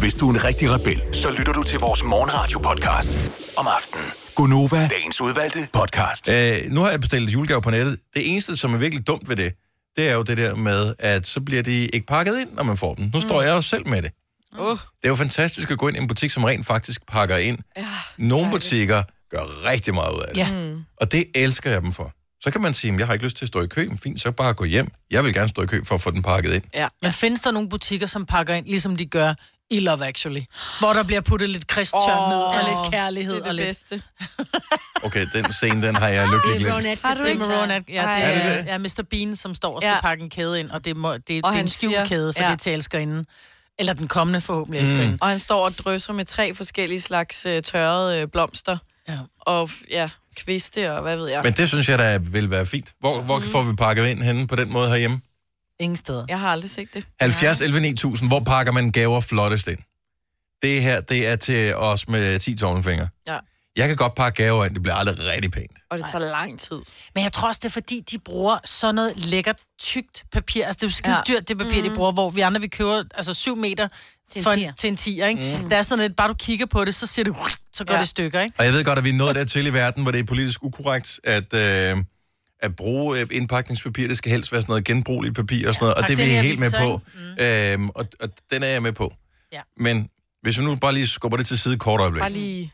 F: Hvis du er en rigtig rebel, så lytter du til vores morgenradio-podcast om aftenen. Gunova, dagens udvalgte podcast.
A: Øh, nu har jeg bestilt julegave på nettet. Det eneste, som er virkelig dumt ved det, det er jo det der med, at så bliver de ikke pakket ind, når man får dem. Nu står jeg jo selv med det.
D: Uh.
A: Det er jo fantastisk at gå ind i en butik, som rent faktisk pakker ind. Ja, Nogle butikker gør rigtig meget ud af det.
D: Ja. Mm.
A: Og det elsker jeg dem for. Så kan man sige, at jeg har ikke lyst til at stå i kø. Men Fint, så bare gå hjem. Jeg vil gerne stå i kø for at få den pakket ind.
D: Ja.
B: Men findes der nogle butikker, som pakker ind, ligesom de gør i Love Actually? Hvor der bliver puttet lidt kristtørn oh, ned, og lidt kærlighed.
D: det er det
B: og lidt...
D: bedste.
A: Okay, den scene, den har jeg lykkelig glemt.
B: Har du ikke? Maroon Atkinson. Ja, det er,
A: Er
B: er
A: det
B: det
A: det?
B: ja, Mr. Bean, som står og skal
D: Ja.
B: ja. pakke en kæde ind, og det, må, det, det er
D: Og
B: en
D: han siger-
B: skjult kæde, for
D: ja.
B: det er til elskerinden. Eller den kommende forhåbentlig elskerinde.
D: Og han står og drysser med tre forskellige slags øh, tørrede øh, blomster.
B: Ja.
D: Og f- ja, kviste og hvad ved jeg.
A: Men det synes jeg da vil være fint. Hvor, hvor får vi pakket ind henne på den måde herhjemme?
B: Ingen steder.
D: Jeg har aldrig set det.
A: 70 11 9000, hvor pakker man gaver flottest ind? Det her, det er til os med 10 tommelfingre.
D: Ja.
A: Jeg kan godt pakke gaver ind, det bliver aldrig rigtig pænt.
D: Og det tager lang tid.
B: Men jeg tror også, det er fordi, de bruger sådan noget lækkert, tykt papir. Altså, det er jo skide
D: Ja.
B: ja. dyrt, det papir, mm. de bruger, hvor vi andre, vi køber altså, syv meter
C: en
B: til for
C: tier.
B: en, til en tier, ikke? Mm. Der er sådan lidt, bare du kigger på det, så ser det, så går
D: Ja.
B: ja. det i stykker, ikke?
A: Og jeg ved godt, at vi er nået dertil i verden, hvor det er politisk ukorrekt at, øh, at bruge øh, indpakningspapir. Det skal helst være sådan noget genbrugeligt papir og sådan noget, og
B: tak,
A: det er
B: den
A: vi
B: er
A: helt med
B: vild,
A: på.
D: Mm.
A: Øhm, og, og den er jeg med på.
B: Ja.
A: Men hvis vi nu bare lige skubber det til side et kort øjeblik,
D: Bare lige...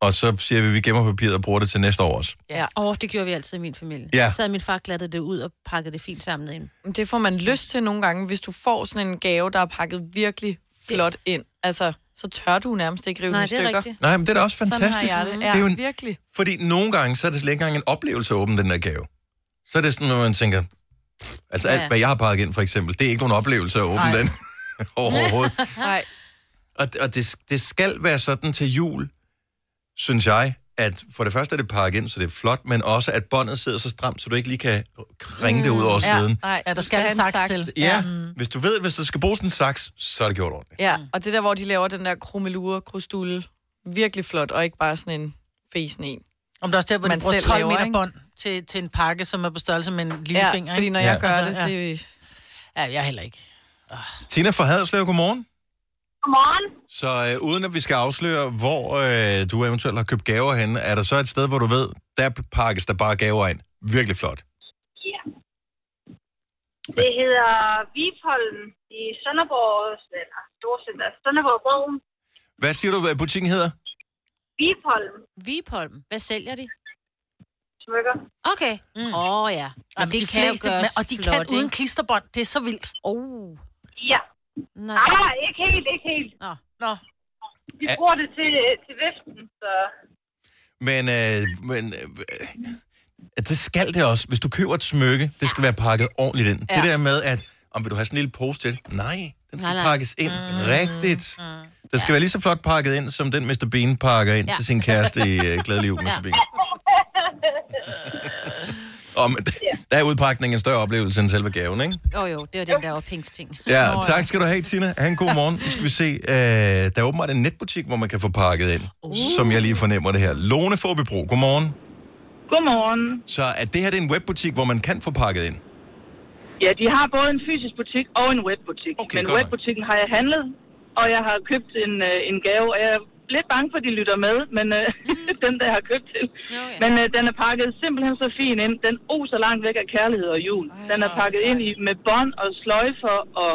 A: og så siger vi, at vi gemmer papiret og bruger det til næste år også.
D: Ja.
C: Åh, oh, det gjorde vi altid i min familie.
A: Ja.
C: Så sad min far glattede det ud og pakkede det fint samlet ind.
D: Men Det får man lyst til nogle gange, hvis du får sådan en gave, der er pakket virkelig flot ind. Altså, så tør du nærmest ikke rive
C: Nej,
D: den i
C: det er
D: stykker.
C: rigtigt.
A: Nej, men det er da også fantastisk.
D: Sådan har jeg det. Ja,
A: det er jo en,
D: virkelig.
A: Fordi nogle gange, så er det slet ikke engang en oplevelse at åbne den der gave. Så er det sådan, at man tænker, pff, altså
C: Ja,
A: alt,
C: ja.
A: hvad jeg har pakket ind for eksempel, det er ikke nogen oplevelse at åbne
B: Nej.
A: den overhovedet.
D: Nej.
A: Og, og det, det skal være sådan til jul, synes jeg, at for det første er det pakket ind, så det er flot, men også at båndet sidder så stramt, så du ikke lige kan ringe det ud over
D: Mm, Ja,
A: siden.
D: nej,
B: Ja, der
D: du
B: skal
D: have
B: en
D: en
B: saks til.
D: saks.
A: Ja, hvis du ved, at hvis der skal bruges en saks, så er det gjort ordentligt.
D: Ja, og det der, hvor de laver den der krumelure, krusdulle, virkelig flot, og ikke bare sådan en fesen en.
B: Om der er også der, hvor
D: Man
B: man de bruger
D: selv
B: 12
D: laver,
B: meter
D: ikke?
B: bånd til, til en pakke, som er på størrelse med en lille
D: Ja,
B: finger,
D: fordi
B: ikke?
D: når
A: Ja.
D: jeg gør det,
B: Altså, ja.
D: det...
B: Ja, jeg heller ikke.
A: Tina fra Haderslev, godmorgen.
J: Godmorgen.
A: Så øh, uden at vi skal afsløre, hvor øh, du eventuelt har købt gaver henne, er der så et sted, hvor du ved, der pakkes der bare gaver ind. Virkelig flot.
J: Ja. Det hedder Vipholm i Sønderborg, eller Storcenter, Sønderborg Broen.
A: Hvad siger du, hvad butikken hedder?
J: Vipholm
C: Vipholm, hvad sælger de?
J: smykker.
C: Okay. Åh, mm. oh, ja. Og
B: Jamen, de fleste, men, og de flot, kan uden klisterbånd. Det er så vildt.
C: Oh,
J: Ja.
C: nej.
J: Ah, ikke helt, ikke helt.
C: Nå.
B: Nå.
J: De
A: Ja.
J: bruger det til, til viften, så...
A: Men, øh, men øh, at det skal det også. Hvis du køber et smykke, det skal være pakket ordentligt ind. Ja. Det der med, at om vil du have sådan en lille pose til? det? Nej, den skal
C: Nej,
A: nej,
C: nej.
A: nej. pakkes ind mm, rigtigt. Mm, den skal ja. være lige så flot pakket ind, som den Mr. Bean pakker ind ja.
C: Ja.
A: til sin kæreste i øh, Glædelig Jul, Mr.
C: Ja.
A: Bean. Om, der er udpakningen en større oplevelse end selve gaven, ikke?
C: Åh oh, jo, det var den der ophængsting.
A: Ja, tak skal du have, Tina. Ha' en god morgen. Nu skal vi se. Øh, der er åbenbart en netbutik, hvor man kan få pakket ind, uh. som jeg lige fornemmer det her. Lone Fåbybro, godmorgen.
J: Godmorgen.
A: Så at det her det er en webbutik, hvor man kan få pakket ind.
J: Ja, de har både en fysisk butik og en webbutik.
A: Okay,
J: Men
A: godt nok.
J: webbutikken har jeg handlet, og jeg har købt en, øh, en gave. Og jeg er lidt bange for, at de lytter med, men øh, den, der jeg har købt til.
C: Mm. Nå, ja.
J: Men øh, den er pakket simpelthen så fint ind. Den oser langt væk af kærlighed og jul. Den er pakket ind i, med bånd og sløjfer, og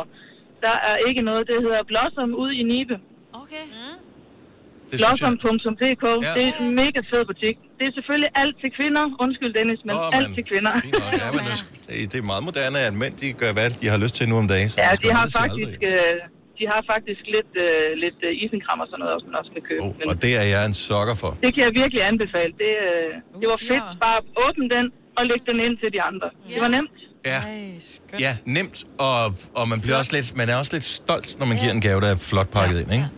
J: der er ikke noget, det hedder Blossom ude i Nibe.
C: Okay.
A: Det synes jeg-
J: Blossom.dk,
A: Ja.
J: ja. det er en mega fed butik. Det er selvfølgelig alt til kvinder. Undskyld, Dennis, men
A: Åh,
J: oh, alt til kvinder.
A: Fint nok. Ja, men, altså, det, det er meget moderne, at mænd de gør, hvad de har lyst til nu om dagen. Så
J: Ja,
A: man skal
J: de har
A: aldrig sige
J: faktisk,
A: aldrig.
J: øh, de har faktisk lidt, øh, lidt øh, isenkram og sådan noget, også, man også kan købe.
A: Oh,
J: Men
A: og det er jeg en sokker for.
J: det kan jeg virkelig anbefale. Det, øh, det var
D: Uh, de
J: fedt.
D: har-
J: Bare åbne den og læg den ind til de andre. Det var nemt.
A: Ja,
D: Ej, skønt.
A: ja nemt, og, og man, bliver også lidt, man er også lidt stolt, når man giver en gave, der er flot pakket ind, ikke?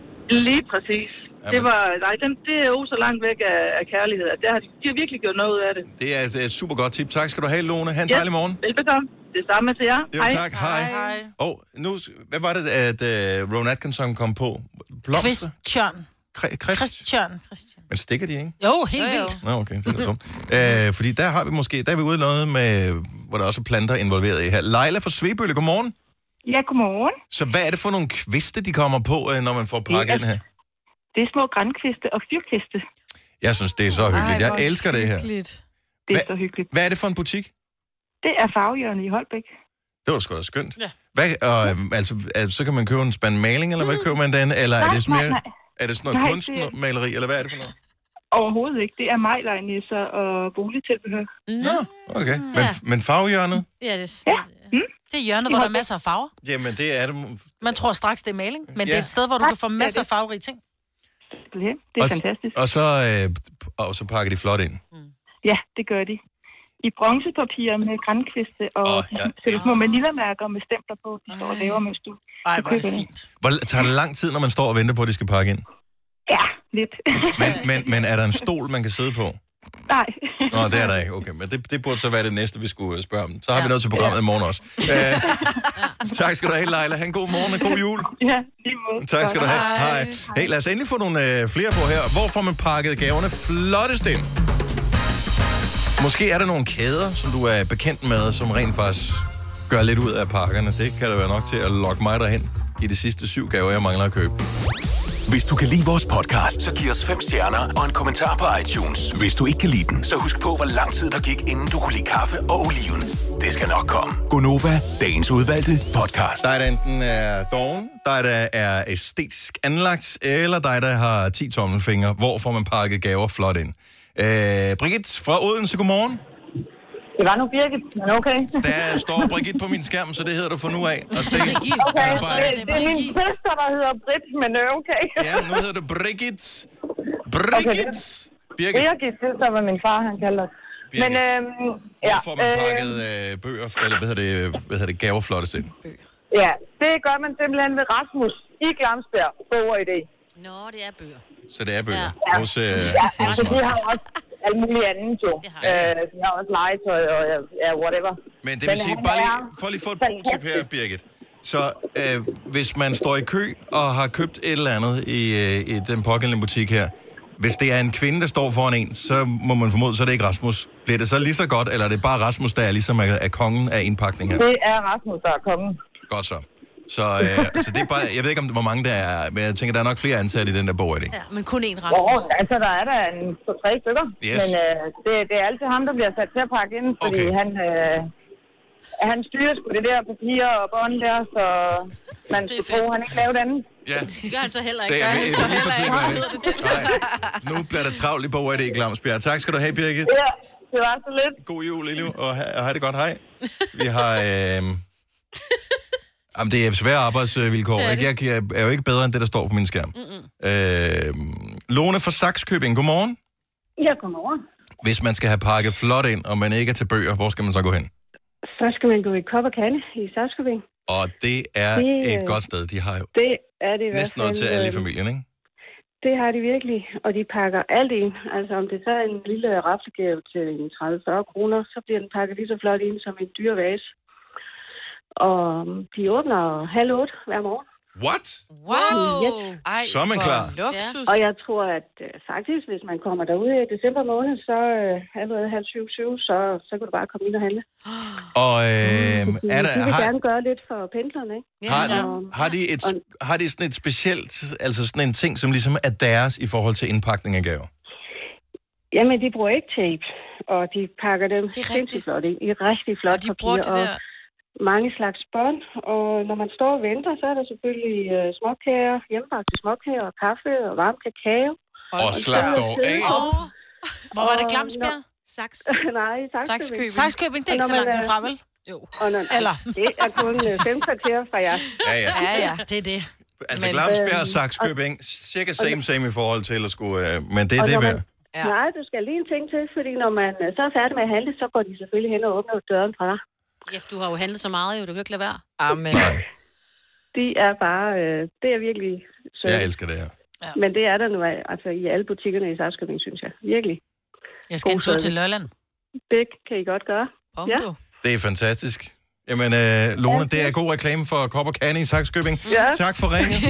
J: Lige præcis. Det var, nej, den, det er jo så langt væk af, af kærlighed. at Det har, de- de har virkelig gjort noget ud af det.
A: Det er et, et super godt tip. Tak skal du have, Lone. Ha' en dejlig morgen.
J: Velbekomme. Det samme til jer.
A: Jo, tak. Hej. Og nu, hvad var det, at uh, Ron Atkinson øh, kom på? Blomster?
B: Kvist, tjørn.
A: Kri- Christ.
B: Christian.
A: Men stikker de, ikke?
B: Jo, helt vildt.
A: Nå, okay, det er lidt dumt. Æ, fordi der har vi måske, der er vi ude i noget med, hvor der også er planter involveret i her. Leila fra Svebølle, godmorgen.
K: Ja, godmorgen.
A: Så hvad er det for nogle kviste, de kommer på, øh, når man får pakket ind her?
K: Det er små grænkviste og fyrkviste.
A: Jeg synes, det er så hyggeligt. Jeg elsker det her.
K: Det er så hyggeligt.
A: Hvad er det for en butik?
K: Det er farvejørnet i Holbæk.
A: Det var sgu da skønt.
K: Ja.
A: Hvad, og, øhm, altså, altså, så kan man købe en spand maling, eller hvad køber man den? Eller er
K: Mm. Nej,
A: det sådan
K: nej,
A: mere,
K: nej.
A: er det sådan noget
K: Nej,
A: kunstmaleri, eller hvad er det for noget?
K: Overhovedet ikke. Det er majlejnisser og boligtilbehør.
A: Nå. Okay, men, men farvehjørnet?
B: Ja, det er, ja. det er hjørnet, hvor der er masser af farver.
A: Jamen, det er det. mu-
B: Man tror straks, det er maling, men det er
A: Ja.
B: et sted, hvor du kan få masser af farverige ting.
K: Det er
A: Og-
K: fantastisk.
A: Og så, øh, og så pakker de flot ind.
K: Ja, det gør de. I bronzepapir med grænkviste og oh, ja. små manillamærker med stempler på, de står og laver, mens du, Ej, du køber det fint.
A: Hvor tager det lang tid, når man står og venter på, at de skal pakke ind?
K: Ja, lidt.
A: Men, men, men er der en stol, man kan sidde på?
K: Nej.
A: Nå, det er der ikke. Okay, men det, det burde så være det næste, vi skulle øh, spørge om. Så har vi noget til programmet i morgen også. Æ, tak skal du have, Leila. Han god morgen og god jul.
K: Ja, lige måde.
A: Tak skal du have. Hej. Hey, lad os endelig få nogle øh, flere på her. Hvor får man pakket gaverne flottest ind? Måske er der nogle kæder, som du er bekendt med, som rent faktisk gør lidt ud af pakkerne. Det kan der være nok til at lokke mig derhen i de sidste syv gaver, jeg mangler at købe.
F: Hvis du kan lide vores podcast, så giv os fem stjerner og en kommentar på iTunes. Hvis du ikke kan lide den, så husk på, hvor lang tid der gik, inden du kunne lide kaffe og oliven. Det skal nok komme.
A: Gonova, dagens udvalgte podcast. Dig, der enten er doven, dig, der er æstetisk anlagt, eller dig, der har 10 tommelfingre, hvor får man pakket gaver flot ind. Øh, Brigitte fra Odense, godmorgen.
J: Det var nu Birgit, men okay.
A: Der står Brigitte på min skærm, så det hedder du fra nu af. Og det,
J: Okay,
A: er bare-
J: det, det er min søster, der hedder Britt, men øh, okay.
A: ja, nu hedder du Brigitte. Brigitte. Birgit.
J: Birgit, det er så, hvad min far han kalder os. Men øh, ja,
A: Hvor får man
J: øh,
A: pakket øh, bøger, eller hvad hedder det, hvad hedder det gaver flottest ind?
J: ja, det gør man simpelthen ved Rasmus i Glamsberg, bog og idé. Nå, det er bøger.
A: Så det er bøger.
J: Ja.
A: Hos, øh,
J: Ja,
A: hos
J: så de
A: mig.
J: har også alt muligt andet, jo. Øh, de har også legetøj og ja, whatever.
A: Men det vil sige,
J: han
A: bare
J: er-
A: lige, for lige at få et pro-tip her, Birgit. Så øh, hvis man står i kø og har købt et eller andet i, øh, i den pågældende butik her, hvis det er en kvinde, der står foran en, så må man formode, så er det ikke Rasmus. Bliver det så lige så godt, eller er det bare Rasmus, der er ligesom er, er kongen af indpakning her?
J: Det er Rasmus, der er kommet.
A: Godt så. Så, øh, så det er bare, jeg ved ikke, om, hvor mange der er, men jeg tænker, der er nok flere ansatte i den der bog i dag.
J: Ja, men kun én Rasmus. Åh, altså, der er der en to tre stykker.
A: Yes.
J: Men øh, det, det er altid ham, der bliver sat til at pakke ind, fordi
A: Okay.
J: han, øh, han styrer sgu det der papir og bånd der, så man skulle tro, han ikke lavede andet.
A: Ja,
C: Det gør han så heller
A: det
C: ikke.
A: er
C: Gør han så
A: lige for
C: heller
A: tiden,
C: ikke.
A: gør det. Nej, nu bliver der travlt i bog i dag, Glamsbjerg. Tak skal du have, Birgit.
J: Ja, det var så lidt.
A: God jul, Elio, og ha- og have det godt. Hej. Vi har... Øh... Jamen, det er svære arbejdsvilkår.
L: Det er
A: ikke? Jeg, jeg er jo ikke bedre end det, der står på min skærm. Øh, Lone fra Saxkøbing, godmorgen.
L: Ja, godmorgen.
A: Hvis man skal have pakket flot ind, og man ikke er til bøger, hvor skal man så gå hen?
L: Så skal man gå i kop og kande i Saskobing.
A: Og det er
L: Det,
A: et
L: øh,
A: godt sted. De har jo
L: Det er det i hvert
A: næsten
L: fald.
A: noget til alle i
L: øh,
A: familien, ikke?
L: Det har de virkelig, og de pakker alt ind. Altså om det så er en lille raflegave til en 30-40 kroner, så bliver den pakket lige så flot ind som en dyr vase. Og de åbner halv otte hver morgen.
A: What?
L: Wow! Yes.
D: Ej,
A: Så er man
L: hvor
A: klar.
D: Luksus.
L: Og jeg tror, at øh, faktisk, hvis man kommer derud i december måned, så øh, allerede halv syv, syv, så, så kan du bare komme ind og handle.
A: Og øh, er
L: Mm, de
A: der,
L: vil
A: har,
L: gerne gøre lidt for pendlerne, ikke?
A: har, har, de et, har de sådan et specielt, altså sådan en ting, som ligesom er deres i forhold til indpakning af gaver?
L: Jamen, de bruger ikke tape, og de pakker dem sindssygt flot ind i rigtig flot og de
D: bruger det der-
L: mange slags bånd. Og når man står og venter, så er der selvfølgelig øh, småkager, hjemmebagte småkager og kaffe og varm kakao.
A: Og slap dog af.
B: Hvor var det Glamsbjerg?
L: Saks. Nej, Saxkøbing.
B: Saxkøbing, det er
L: Og
B: ikke
L: når
B: så langt
L: man er-
B: derfra, vel?
L: Jo. Og når,
B: Eller?
L: Det er kun øh, fem kvarter fra jer.
A: Ja, ja.
B: Ja, ja, det er det.
A: Altså
L: Men,
A: Glamsbjerg og
L: øhm,
A: Saxkøbing, cirka
L: og-
A: same same i forhold til at skulle, øh, men det er
L: Og
A: det
L: når
A: værd.
L: man- Ja. Nej, du skal lige en ting til, fordi når man øh, så er færdig med at handle, så går de selvfølgelig hen og åbner døren fra dig.
C: Ja, du har jo handlet så meget, jo. Du kan jo ikke lade være.
D: Amen.
L: De er bare, øh, det er virkelig sødt.
A: Jeg elsker det her.
L: Ja. Men det er der nu altså, i alle butikkerne i Sarskøbing, synes jeg. Virkelig.
B: Jeg skal en tur til Lolland.
L: Det kan I godt gøre. Om ja.
A: Det er fantastisk. Jamen, øh, Lone, det er god reklame for Kop og Kande i Saxkøbing.
L: Ja.
A: Tak for ringet.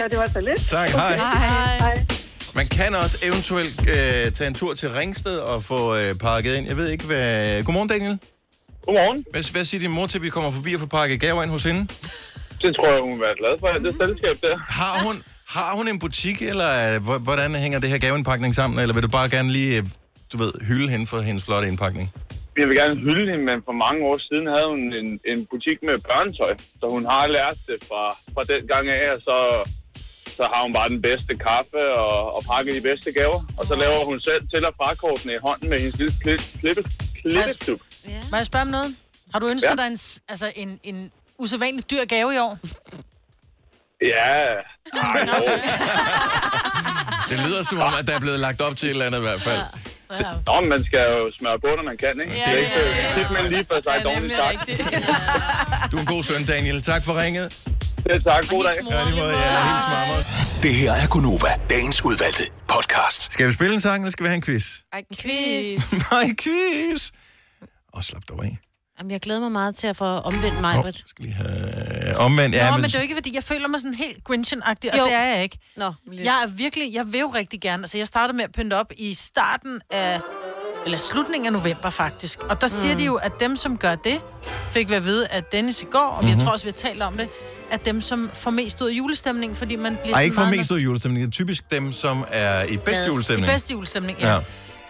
L: ja, det var så lidt.
A: Tak, hej.
L: hej.
A: Man kan også eventuelt øh, tage en tur til Ringsted og få øh, pakket ind. Jeg ved ikke, hvad... Godmorgen, Daniel. Godmorgen. Hvad, hvad siger din mor til, at vi kommer forbi og får pakket gaver ind hos hende?
M: Det tror jeg, hun vil være glad for, det selskab der.
A: Har hun, har hun en butik, eller øh, hvor- hvordan hænger det her gaveindpakning sammen? Eller vil du bare gerne lige, øh, du ved, hylde hende for hendes flotte indpakning?
M: Jeg vil gerne hylde hende, men for mange år siden havde hun en, en butik med børnetøj, så hun har lært det fra, fra den gang af, og så, så har hun bare den bedste kaffe og, og pakker de bedste gaver. Og så laver hun selv til- og frakortene i hånden med hendes lille klip, klippe, klippeklub.
B: Ja. Må jeg spørge om noget? Har du ønsket ja.
M: Ja.
B: dig en, s- altså en, en usædvanlig dyr gave i år?
M: Ja,
A: Det lyder som om, at der er blevet lagt op til et eller andet i hvert fald.
M: Nå, men man skal jo smøre på, når man kan, ikke?
A: Ja,
M: det er ikke så
A: ja, ja.
M: tit, man lige for sig dårligt tak.
A: Du er en god søn, Daniel. Tak for ringet.
M: Selv tak. God dag.
A: Ja, lige måde, ja. Hils mamma.
F: Det her er Gonova, dagens udvalgte podcast.
A: Skal vi spille en sang, eller skal vi have en quiz?
D: Ej, quiz.
A: Nej, quiz! Og slap dig af.
C: Jamen, jeg glæder mig meget til at få omvendt mig, Britt.
A: Skal lige have... Øh, omvendt,
B: Ja,
A: ja,
B: Nå, men,
A: men...
B: det er jo ikke, fordi jeg føler mig sådan helt Grinchen-agtig, og
C: Jo.
B: det er jeg ikke.
C: Nå,
B: jeg er virkelig, jeg vil jo rigtig gerne. Altså, jeg startede med at pynte op i starten af, eller slutningen af november faktisk. Og der siger
C: Mm.
B: de jo, at dem, som gør det, fik vi at vide, at Dennis i går, og mm-hmm. jeg
A: Mhm.
B: tror også, vi har talt om det, at dem, som får mest ud af julestemningen, fordi man bliver
A: Ej,
B: sådan
A: ikke for
B: meget-
A: mest ud af julestemningen. Det er typisk dem, som er i bedst julestemning.
B: I bedste julestemning, ja.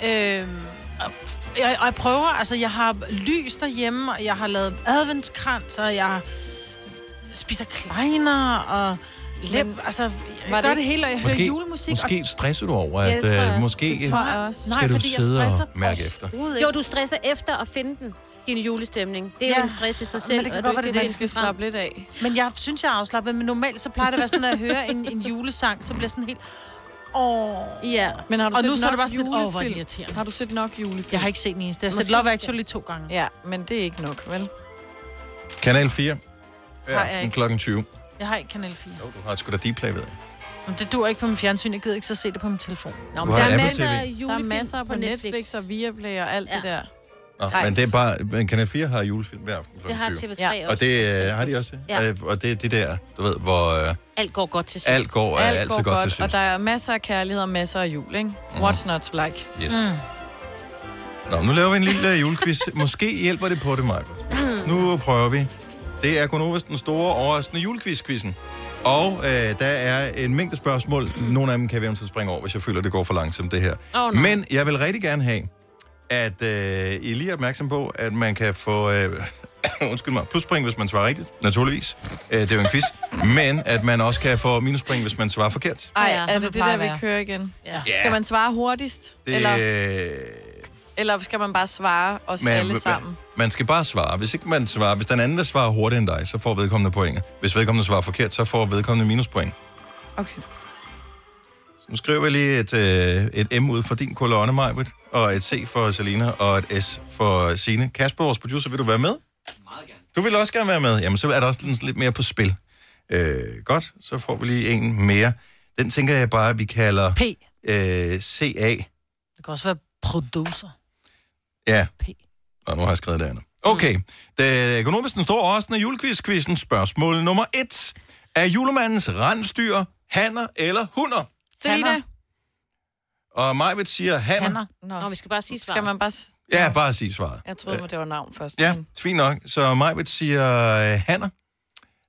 B: ja. Øhm, og, jeg, og jeg prøver, altså jeg har lys derhjemme, og jeg har lavet adventskrans, og jeg spiser kleiner, og læb,
D: Men
B: altså
D: var
B: jeg
D: det
B: gør det
D: ikke-
B: hele, og jeg hører julemusik.
A: Måske
B: og,
A: stresser du over,
B: Ja,
A: at
B: det tror jeg
A: øh,
B: også.
A: måske
B: Det tror jeg også.
A: skal
B: Nej,
A: du
B: fordi jeg
A: sidde
B: stresser
A: og mærke efter.
C: Jo, du stresser efter at finde den, din julestemning. Det er ja.
B: Ja.
C: jo en stress i sig selv.
B: Men det kan
C: og
B: godt
C: du
B: være,
C: ikke
B: det er
C: kan
B: det,
C: finde
B: man skal
C: frem.
B: slappe
D: lidt af.
B: Men jeg synes, jeg er afslappet, men normalt så plejer det at være sådan, at jeg hører en, en julesang, så bliver jeg sådan helt... Åh.
C: Ja.
D: Men har du
B: og
D: set
B: nu så er
D: nok
B: det bare sådan lidt, åh, hvor er det
D: julefilm?
B: irriterende.
D: Har du set nok julefilm?
B: Jeg har ikke set den eneste. Jeg har set
D: Måske
B: Love
D: ikke.
B: Actually to gange.
D: Ja, men det er ikke nok, vel?
A: Kanal 4.
B: Har
A: Ja,
B: jeg
A: aften
B: ikke.
A: klokken 20.
B: Jeg har ikke Kanal 4.
A: Jo, du har sgu da Dplay, ved jeg.
B: Men det dur ikke på min fjernsyn. Jeg gider ikke så se det på min telefon. Nå,
A: men har der er Apple masser TV. af
D: Der er masser på Netflix, Netflix og Viaplay og alt ja. det der.
A: Nå,
D: Nice.
A: men det er bare, men Kanal 4 har julefilm hver aften kl.
D: Det har
A: 20.
D: TV3
A: Og det øh, har de også.
D: Ja.
A: Ja. Øh, og det er det der, du ved, hvor... Øh,
C: Alt går godt til sidst.
A: Alt går, er
D: alt
A: altid
D: går
A: godt
D: godt,
A: til sidst. Mhm.
D: og der er masser af kærlighed og masser af jul, ikke? Mm. What's not to like?
A: Yes.
N: Mm.
A: Nå, nu laver vi en lille øh, julequiz. Måske hjælper det på det, Maja. Nu prøver vi. Det er Konovas den store overraskende julequiz-quizzen. Og øh, der er en mængde spørgsmål. Nogle af dem kan vi eventuelt springe over, hvis jeg føler, det går for langsomt, det her.
N: Åh, nej.
A: Men jeg vil rigtig gerne have, at øh, I lige er opmærksom på, at man kan få... Øh, undskyld mig, pluspring, hvis man svarer rigtigt, naturligvis. Øh, det er jo en quiz. Men at man også kan få minuspring, hvis man svarer forkert.
D: Ej,
B: Ja,
D: ja,
B: som
D: er
B: det
D: det det
B: plejer
D: der,
B: at
D: vi
B: være.
D: kører igen?
B: Ja.
D: Skal man svare hurtigst?
A: Det,
D: Eller,
A: øh,
D: eller skal man bare svare os
A: Men-
D: alle
A: men-
D: sammen?
A: Man skal bare svare. Hvis ikke man svarer, hvis den anden der svarer hurtigere end dig, så får vedkommende point. Hvis vedkommende svarer forkert, så får vedkommende minuspoint.
D: Okay.
A: Så nu skriver jeg lige et, øh, et M ud for din kolonne, Majbet, og et C for Selina, og et S for Sine. Kasper, vores producer, vil du være med? Meget gerne. Du vil også gerne være med? Jamen, så er der også lidt- lidt mere på spil. Øh, godt, så får vi lige en mere. Den tænker jeg bare, at vi kalder...
B: P.
A: Øh, CA.
B: Det kan også være producer.
A: Ja. P. Mm. Og nu har jeg skrevet det andet. Okay. Det økonomisk den store overraskende julequiz-quizzen. Spørgsmål nummer et. Er julemandens rensdyr hanner eller hunder?
D: Selina?
A: Og Majbet siger hanner. hanner.
D: Nå.
C: Nå, vi skal bare sige svaret.
D: Skal man bare... s-
A: Ja, bare sig svaret.
D: Jeg troede, det var navn først.
A: Øh, Ja, fint nok. Så Majbet siger øh, hanner.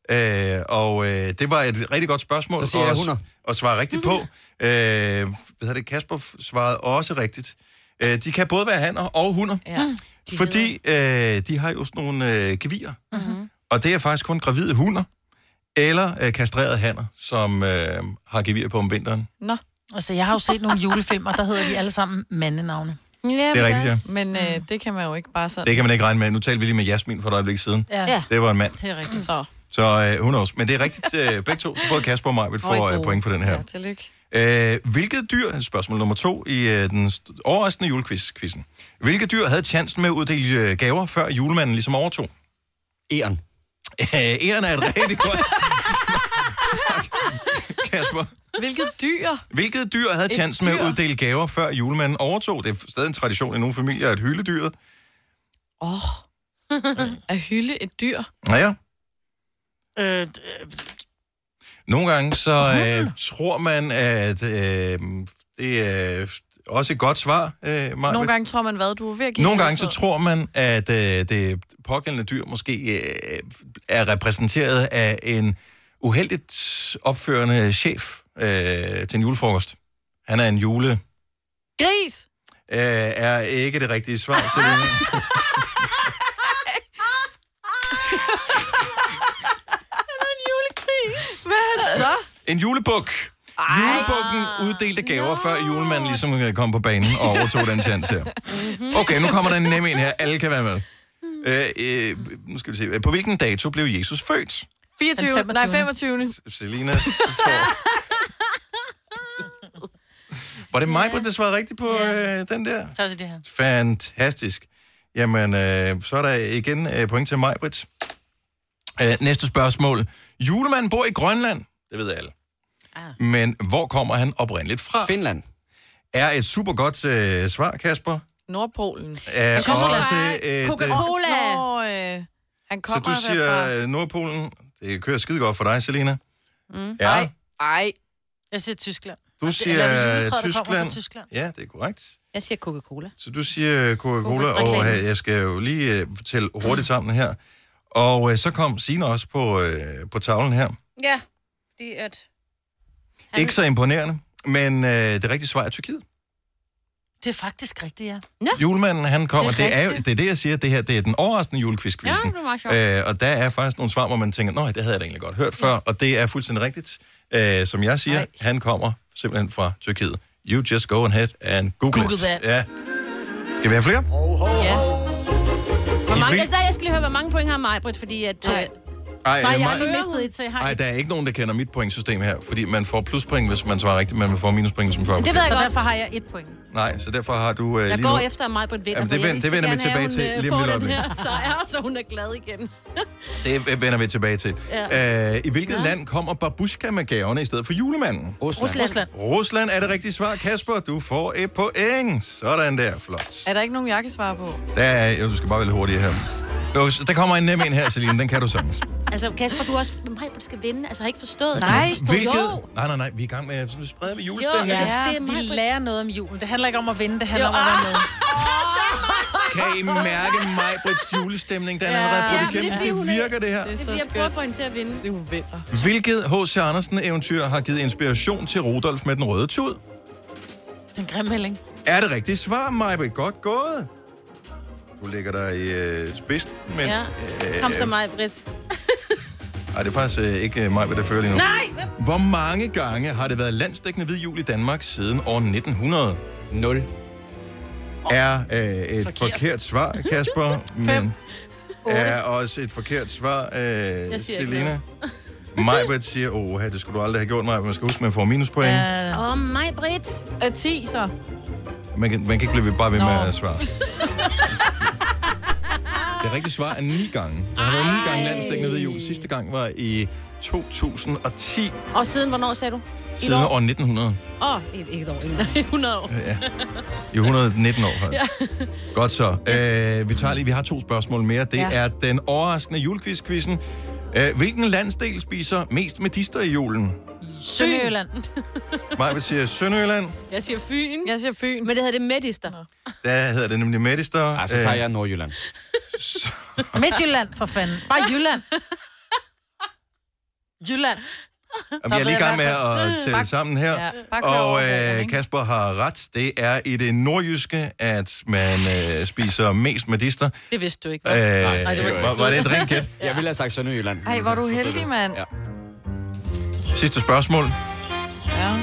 A: Øh, og øh, det var et rigtig godt spørgsmål.
E: Så siger jeg
A: og,
E: hunder.
A: Og svare rigtigt på. Øh, hvad hedder det? Kasper f- svarede også rigtigt. Øh, de kan både være hanner og hunder.
D: Ja.
A: De fordi øh, de har jo sådan nogle øh, gevier.
D: Mhm.
A: Mm-hmm. Og det er faktisk kun gravide hunder eller øh, kastrerede hanner, som øh, har gevir på om vinteren.
D: Nå.
B: Altså, jeg har jo set nogle julefilmer, der hedder de alle sammen mandenavne.
C: Ja, det
A: er rigtigt, ja.
D: Men øh, det kan man jo ikke bare sådan.
A: Det kan man ikke regne med. Nu talte vi lige med Jasmin for et øjeblik siden.
D: Ja. Ja.
A: Det var en mand.
B: Det er rigtigt.
D: Så.
A: Så øh, hun også. Men det er rigtigt øh, begge to, så både Kasper og mig vil få øh, point for den her.
D: Ja, tillykke.
A: Øh, hvilket dyr, spørgsmål nummer to i øh, den st- overraskende julequiz-quizzen. Hvilket dyr havde chancen med at uddele øh, gaver, før julemanden ligesom overtog?
E: Eren.
A: Æren er et rigtig godt... Kasper.
D: Hvilket dyr?
A: Hvilket dyr havde
D: Et
A: chancen med at
D: dyr?
A: uddele gaver, før julemanden overtog? Det er stadig en tradition i nogle familier, at hylde dyret.
D: Åh. Oh. at hylde et dyr.
A: Naja,
B: Øh,
A: nogle gange så øh, tror man, at øh, Det er også et godt svar, øh, Maja.
D: Nogle gange tror man, hvad du er ved at give
A: Nogle
D: den
A: gange så
D: udtryk.
A: tror man, at øh, det pågældende dyr måske øh, er repræsenteret af en uheldigt opførende chef øh, til en julefrokost. Han er en jule... Øh,
D: Gris!
A: er ikke det rigtige svar, Selina.
D: Hvad er det så?
A: En julebuk. Julebukken uddelte gaver, før julemanden ligesom øh, kom på banen og overtog den chance her. Okay, nu kommer der en nem en her. Alle kan være med. Øh, øh, nu skal vi se. På hvilken dato blev Jesus født?
D: 24. Nej, 25.
A: Selina får... Var det mig, der svarede rigtigt på øh, den der?
B: Tak til det her.
A: Fantastisk. Jamen, øh, så er der igen øh, point til mig, Britt. Øh, næste spørgsmål. Julemanden bor i Grønland. Det ved alle. Ah. Men hvor kommer han oprindeligt fra?
E: Finland.
A: Er et super godt øh, svar, Kasper.
D: Nordpolen.
A: Er
D: Jeg synes, det
A: også
D: var
A: et, øh,
D: Coca-Cola. Nå, øh, han
A: Så
D: kommer
A: du siger øh, Nordpolen. Det kører skide godt for dig, Selina.
B: Mm.
A: Ja. Nej.
D: Ej.
B: Jeg siger Tyskland.
A: Du
B: Eller
A: siger
B: er det
A: øh,
B: juletræet, der kommer fra
A: Tyskland.
B: Tyskland?
A: Ja, det er korrekt.
C: Jeg siger Coca-Cola.
A: Så du siger Coca-Cola,
C: Coca-Cola.
A: og øh, jeg skal jo lige øh, fortælle hurtigt sammen her. Og øh, så kom Signe også på, øh, på tavlen her.
C: Ja, fordi at...
A: Han... Ikke så imponerende, men øh, det rigtige svar er Tyrkiet.
B: Det er faktisk rigtigt, ja.
A: Ja. Julemanden, han kommer.
B: Det er
A: Det er, jo,
B: rigtigt.
A: det er det, jeg siger. Det her det er den overraskende julekvist-quizzen.
B: Ja, det var meget sjovt.
A: Øh, og der er faktisk nogle svar, hvor man tænker, nej, det havde jeg da egentlig godt hørt før. Og det er fuldstændig rigtigt. Øh, som jeg siger, nej. han kommer simpelthen fra Tyrkiet. You just go ahead and google,
C: Google
A: it.
C: that.
A: Ja. Skal vi have flere?
C: Ja. Hvor
A: I
C: mange,
A: hvil-
C: altså, nej, jeg skal lige høre, hvor mange point har Majbrit, fordi at... Nej,
A: Ej,
C: nej
A: øh,
C: jeg
A: Maj-
C: har lige mistet et, så jeg har
A: Nej, der er ikke nogen, der kender mit pointsystem her, fordi man får pluspoint, hvis man svarer rigtigt, men man får minuspoint, hvis man svarer
C: Det ved jeg
B: Så
C: godt.
B: derfor har jeg et point.
A: Nej, så derfor har du øh,
C: Jeg
A: lige
C: går
A: nu...
C: efter, at Majbrit vinder,
A: Jamen, det
C: for jeg
A: vend-
C: vil
A: det
C: så
A: vender
C: gerne
A: vi
C: have,
A: tilbage
C: hun,
A: til
C: øh,
A: lige om
C: får
A: lidt
C: den her
A: øjeblik.
C: sejr, så hun er glad igen.
A: Det vender vi tilbage til. Ja.
C: Ja.
A: Øh, I hvilket ja. land kommer babushka med gaverne i stedet for julemanden?
D: Rusland. Rusland.
A: Rusland er det rigtige svar, Kasper. Du får et point. Sådan der, flot.
D: Er der ikke nogen, jeg kan svare på?
A: Der er, jo, du skal bare være lidt hurtigere her. Jo, Der kommer en nem en her, Celine. Den kan du sagtens.
C: Altså, Kasper, du er også... Majbrit skal vinde. Altså, jeg har ikke forstået altså, det. Jo.
A: Hvilket... Nej, nej, nej. Vi er i gang med at sprede med julestemning.
B: ja, det vi lærer noget om julen. Det handler ikke om at vinde, det handler
C: Jo,
B: om at være
C: ah.
B: med.
A: Kan I mærke mig på julestemning? Den er
B: Ja.
A: allerede brudt
C: men
A: igennem.
C: fordi hun
A: Det
C: ikke-
A: virker, det her.
C: Det er, fordi, jeg prøver at få hende til at vinde.
D: Det er hun vinder.
A: Hvilket H.C. Andersen-eventyr har givet inspiration til Rudolf med den røde tud?
B: Den grimme melding.
A: Er det rigtige svar, Majbrit? Godt gået. Du ligger der i øh, spidsen, men...
C: Ja.
A: øh,
C: Kom så, Majbrit.
A: Ej, det er faktisk øh, ikke øh, Majbrit, der fører lige nu.
C: Nej!
A: Hvor mange gange har det været landsdækkende hvid jul i Danmark siden år 1900? 0. Er øh, et forkert. forkert svar, Kasper, men er også et forkert svar, øh,
C: Jeg siger ikke
A: Selina. Majbrit siger, åh, det skulle du aldrig have gjort, Majbrit. Man skal huske, man får minuspoint.
C: Åh, oh, Majbrit.
D: Øh, 10 så.
A: Man kan, man kan ikke blive ved- bare ved med
D: Nå.
A: at svare. Det rigtige svar er ni gange. Der har været ni gange landsdækkende ved jul. Sidste gang var i 2010,
C: Og siden hvornår, sagde du? Et
A: siden år 1900.
C: Åh, oh, ikke et år. Nej, 100 år.
A: Ja. I 119 år, faktisk.
C: Ja.
A: Godt så. Øh, vi tager lige, vi har to spørgsmål mere. Det
C: Ja.
A: er den overraskende julequiz-quizzen. Øh, hvilken landsdel spiser mest medister i julen?
B: Sønderjylland.
A: Mig vil sige Sønderjylland.
C: Jeg siger Fyn. Jeg siger Fyn. Men det hedder det Medister.
A: Der hedder det nemlig medister. Øh, Ej,
E: så tager jeg Nordjylland.
B: Midtjylland, for fanden. Bare Jylland. Jylland.
A: Jamen, jeg er lige i gang med at tælle sammen her.
B: Ja, bare kør
A: og
B: over broen,
A: øh,
B: ikke?
A: Kasper har ret. Det er i det nordjyske, at man øh, spiser mest medister.
B: Det vidste du ikke.
A: Øh, Nej,
E: det var ikke
A: var, var det et rent gæt?
E: Jeg ville have sagt Sønderjylland.
D: Ej, hvor er du heldig, mand. Ja.
A: Sidste spørgsmål.
D: ja.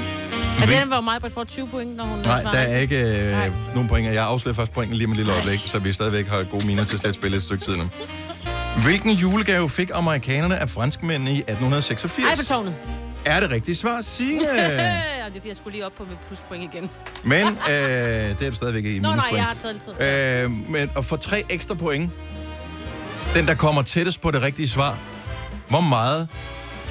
C: Altså, den var jo Majbrit får 20 point, når hun
A: Nej,
C: svarer.
A: der er ikke øh, nogen pointer. Jeg afslører først pointen lige om et lille øjeblik, så vi stadigvæk har gode miner til slet spille et stykke tid nu. Hvilken julegave fik amerikanerne af franskmændene i 1886?
C: Eiffeltårnet.
A: Er det rigtigt svar, Signe?
C: Øh, Og det er fordi, jeg skulle lige op på mit pluspoint igen.
A: Men øh, det er du stadigvæk i
C: Nå, nej,
A: minuspoint.
C: jeg har taget lidt
A: Øh, men at få tre ekstra point. Den, der kommer tættest på det rigtige svar. Hvor meget...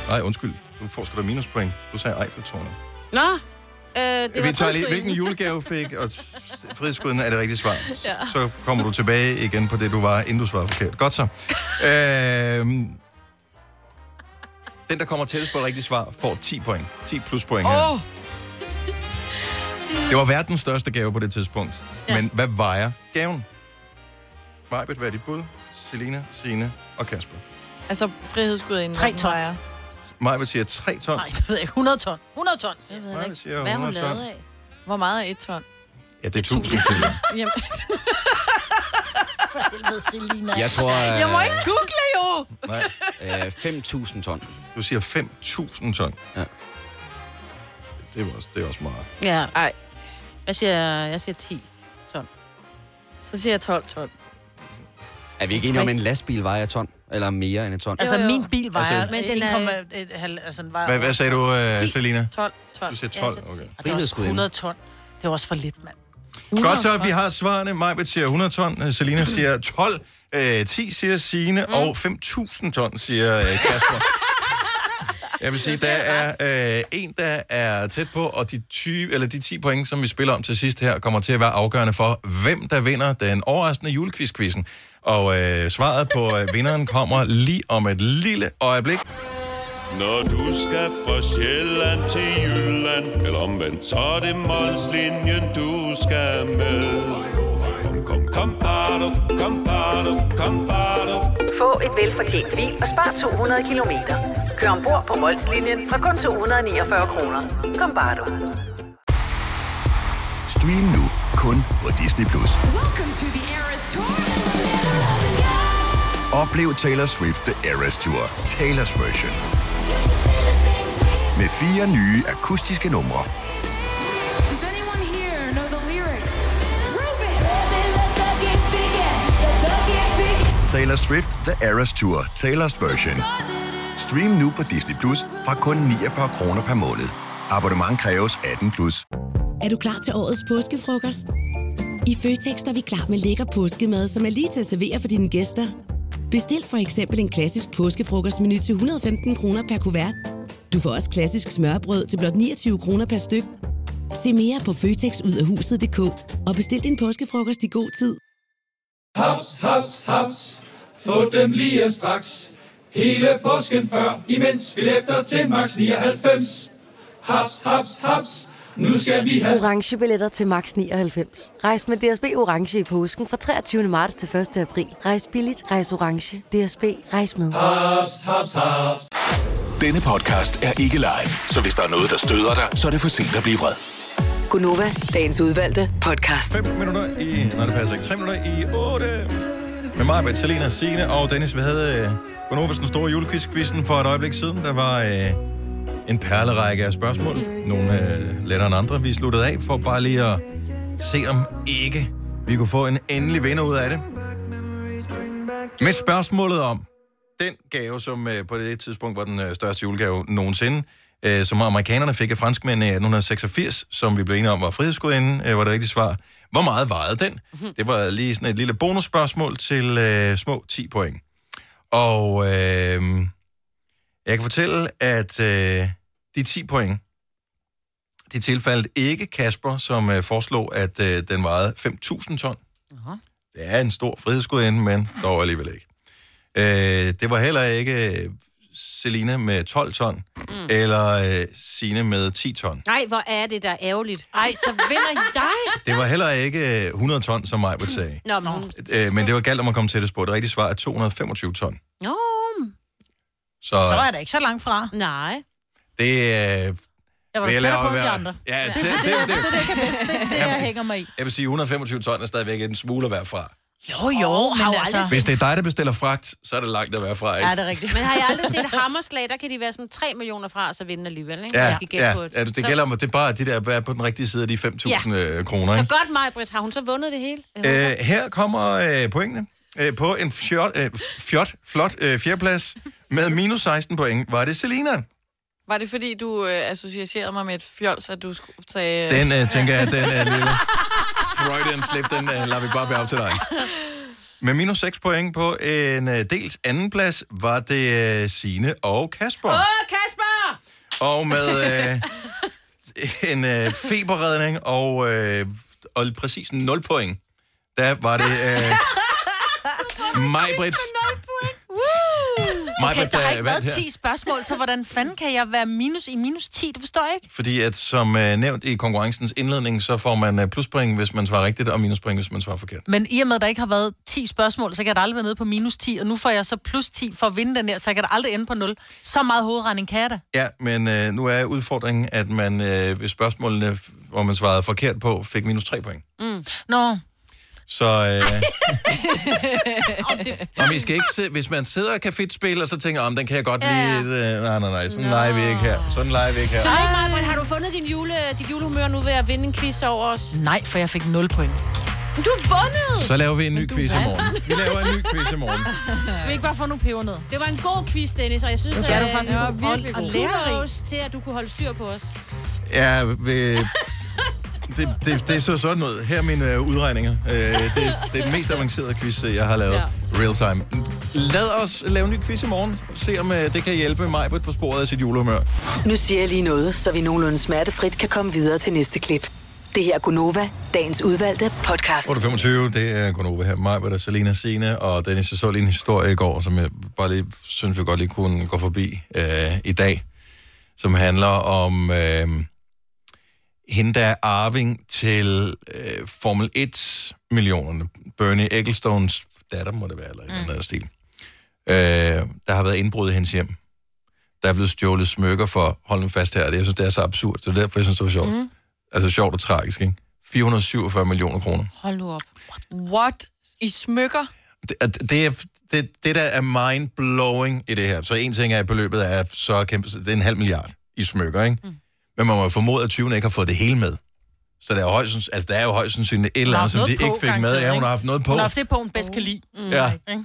A: Nej, undskyld. Du får sgu da minuspoint. Du sagde Eiffeltårnet.
C: Nå, øh, det var
A: Vi tager lige,
C: pluspoint.
A: hvilken julegave fik, og s- frihedsguden er det rigtige svar.
C: Ja.
A: Så kommer du tilbage igen på det, du var, inden du svarede forkert. Godt så. Øhm, den, der kommer tættest på det rigtige svar, får 10 point. 10 plus point her.
D: Åh! Oh.
A: Det var verdens største gave på det tidspunkt. Ja. Men hvad vejer gaven? Majbet, hvad er dit bud? Selina, Sine og Kasper.
D: Altså, frihedsgudinden.
B: Tre
D: hvad den
B: ton.
D: vejer.
A: Majbet siger 3 ton.
B: Nej, det ved jeg ikke. 100 ton. 100 ton, siger jeg.
D: ved jeg
A: siger Hvad er hun 100 ton. lavet
D: af? Hvor meget er et ton?
A: Ja, det er 1000 kilo.
D: Jamen.
B: For helvede, Selina.
E: Jeg tror, øh,
D: Jeg må ikke google jo.
A: Nej.
E: Øh, 5.000 ton.
A: Du siger 5.000 ton.
E: Ja.
A: Det er også, det er også meget.
C: Ja. Ej. Jeg siger, jeg siger 10 ton.
D: Så siger jeg 12 ton.
E: Er vi ikke enige om, at en lastbil vejer et ton? Eller mere end et ton?
B: Altså, min bil vejer
E: Altså-
B: altså, men den er... 1,1 halv- altså, den vejer
A: Hvad, hvad sagde du, uh, Selina?
B: 12 ton.
A: Du siger 12, okay.
B: Og det er også 100 ton. Det er også for lidt, mand.
A: Godt så, vi har svarene. Majbet siger 100 ton, øh, Selina siger 12, øh, 10 siger Signe, mm. og 5.000 ton siger øh, Kasper. Jeg vil sige, der er øh, en, der er tæt på, og de, 20, eller de 10 point, som vi spiller om til sidst her, kommer til at være afgørende for, hvem der vinder den overraskende julequiz-quizzen. Og øh, svaret på øh, vinderen kommer lige om et lille øjeblik.
N: Når du skal fra Sjælland til Jylland, eller omvendt, så er det Molslinjen, du skal med. Kom, kom, kom, bado, kom, bado, kom, bado.
O: Få et velfortjent bil og spar 200 kilometer. Kør ombord på Molslinjen fra kun 249 kroner. Kom bare du.
F: Stream nu kun på Disney+. Plus. Oplev Taylor Swift The Eras Tour, Taylor's version. Med fire nye akustiske numre. Taylor Swift The Eras Tour, Taylor's version. Stream nu på Disney Plus fra kun 49 kroner per måned. Abonnement kræves 18 plus.
P: Er du klar til årets påskefrokost? I Føtex er vi klar med lækker påskemad, som er lige til at servere for dine gæster. Bestil for eksempel en klassisk påskefrokostmenu til 115 kroner per kuvert. Du får også klassisk smørbrød til blot 29 kroner per styk. Se mere på føtexudafhuset.dk og bestil din påskefrokost i god tid.
Q: Haps, haps, haps. Få dem lige straks. Hele påsken før, imens billetter til max 99. Haps, haps, haps. Nu skal vi have...
R: orange billetter til max 99. Rejs med DSB orange i påsken fra 23. marts til 1. april. Rejs billigt, rejs orange. DSB rejs med.
Q: Haps, haps, haps.
F: Denne podcast er ikke live, så hvis der er noget, der støder dig, så er det for sent at blive vred.
S: Gunova, dagens udvalgte podcast.
A: 5 minutter i... Nej, det passer ikke. 3 minutter i 8. Med mig, med Selena, Signe og Dennis. Vi havde øh, Bonovas den store julequiz-quizzen for et øjeblik siden. Der var øh, en perlerække af spørgsmål. Nogle øh, lettere end andre. Vi sluttede af for bare lige at se, om ikke vi kunne få en endelig vinder ud af det. Med spørgsmålet om den gave, som øh, på det tidspunkt var den øh, største julegave nogensinde, øh, som amerikanerne fik af franskmændene i 1886, som vi blev enige om var frihedsgudinden, øh, var det rigtige svar. Hvor meget vejede den? Det var lige sådan et lille bonusspørgsmål til øh, små 10 point. Og øh, jeg kan fortælle, at øh, de 10 point, de tilfaldt ikke Kasper, som øh, foreslog, at øh, den vejede 5.000 ton. Det er en stor frihedsgudinde, men dog alligevel ikke. Øh, det var heller ikke Selina med 12 ton, mm. eller øh, Sine med 10 ton.
C: Nej, hvor er det der ærgerligt. Ej, så vinder jeg.
A: Det var heller ikke øh, 100 ton, som mig ville sige.
C: Nå, men...
A: Øh, men det var galt om at komme til det på. Det rigtige svar er 225 ton.
C: Nå,
A: Så,
B: Så er det ikke så langt fra.
C: Nej.
A: det øh,
B: Jeg var
A: vil
B: da tættere
A: lade
B: på end de
A: være-
B: andre.
A: Ja, det, det, det,
B: det, det, kan bedst, det, det, jeg hænger mig i.
A: Jeg vil sige, 125 ton er stadigvæk en smule at være fra.
B: Jo, jo, oh, men altså...
A: Hvis det er dig, der bestiller fragt, så er det langt at være fra, ikke?
B: Ja, det er rigtigt.
C: Men har jeg aldrig set hammerslag, der kan de være sådan 3 millioner fra, og så vinde alligevel, ikke? Jeg
A: Ja,
C: skal gætte
A: ja,
C: på
A: ja, det gælder om, at det er bare de der, hvad er på den rigtige side af de 5.000
C: Ja.
A: ja. kroner, ikke?
C: Så godt mig, Britt. Har hun så vundet det hele? Jeg håber.
A: Øh, her kommer øh, pointene. Øh, på en fjot, øh, fjot, flot øh, fjerdeplads med minus 16 point var det Selina.
D: Var det fordi, du øh, associerede mig med et fjols, at du skulle tage...
A: Den øh, tænker jeg, den er lille. Freudian slip, den øh, lader vi bare være op til dig. Med minus 6 point på en øh, dels anden plads var det øh, Sine og Kasper.
C: Åh, Kasper!
A: Og med øh, en øh, feberredning og, øh, og præcis 0 point, der var det øh, Majbrits
B: Okay,
A: Majbert,
B: der har
A: er
B: ikke
A: vandt
B: været 10 spørgsmål, så hvordan fanden kan jeg være minus i minus 10? Det forstår jeg ikke.
A: Fordi at som øh, nævnt i konkurrencens indledning, så får man øh, pluspoint, hvis man svarer rigtigt, og minuspoint, hvis man svarer forkert.
B: Men i og med, at der ikke har været 10 spørgsmål, så kan jeg da aldrig være nede på minus 10, og nu får jeg så plus 10 for at vinde den her, så jeg kan da aldrig ende på 0. Så meget hovedregning kan jeg da.
A: Ja, men øh, nu er udfordringen, at man øh, ved spørgsmålene, hvor man svarede forkert på, fik minus 3 point.
B: Mm. Nå.
A: Så øh,
B: Om det...
A: og vi skal ikke sidde, hvis man sidder og kan fedt spille, og så tænker, om den kan jeg godt ja. lide. Øh, nej, nej, nej, sådan leger vi ikke her. Sådan leger vi ikke her.
C: Så lige meget, Britt, har du fundet din jule, dit julehumør nu ved at vinde en quiz over os?
B: Nej, for jeg fik 0 point.
C: Du har vundet!
A: Så laver vi en ny quiz i morgen. Vi laver en ny quiz i morgen.
B: Vil ikke bare få nogle peber ned?
C: Det var en god quiz, Dennis, og jeg synes,
A: Ja, det var
B: faktisk
C: øh,
B: en god- virkelig
C: og
B: god.
C: kudos til, at du kunne holde styr på os.
A: Ja, ved... Det, det, det så sådan ud. Her er mine øh, udregninger. Øh, det, det er den mest avancerede quiz, øh, jeg har lavet. Ja. Real time. Lad os lave en ny quiz i morgen. Se om øh, det kan hjælpe mig på sporet af sit julehumør.
S: Nu siger jeg lige noget, så vi nogenlunde smertefrit kan komme videre til næste klip. Det her er Gunova, dagens udvalgte podcast.
A: 8.25, det er Gunova her. Mig, der Selina Sine og Dennis. Jeg så lige en historie i går, som jeg bare lige synes, vi godt lige kunne gå forbi øh, i dag. Som handler om øh, hende, der er arving til øh, Formel 1-millionerne. Bernie Ecclestones datter, må det være, eller mm. noget af den stil. Øh, der har været indbrud i hendes hjem. Der er blevet stjålet smykker for, hold nu fast her, det, jeg synes, det er så absurd, så derfor jeg synes, det var sjovt. Mm. Altså sjovt og tragisk, ikke? 447 millioner kroner.
C: Hold nu op.
D: What? I smykker?
A: det, at det, er, det, det der er mind-blowing i det her. Så en ting er, at beløbet er så kæmpe, så det er en halv milliard i smykker, ikke? Mm. Men man må jo formode, at 20 ikke har fået det hele med. Så der er jo højst, sands- altså, der er jo højst sandsynligt et eller andet, som de ikke fik med. Ja, hun har haft noget på.
B: Hun har haft det på, hun bedst kan lide.
A: Mm. Ja.
B: Ikke?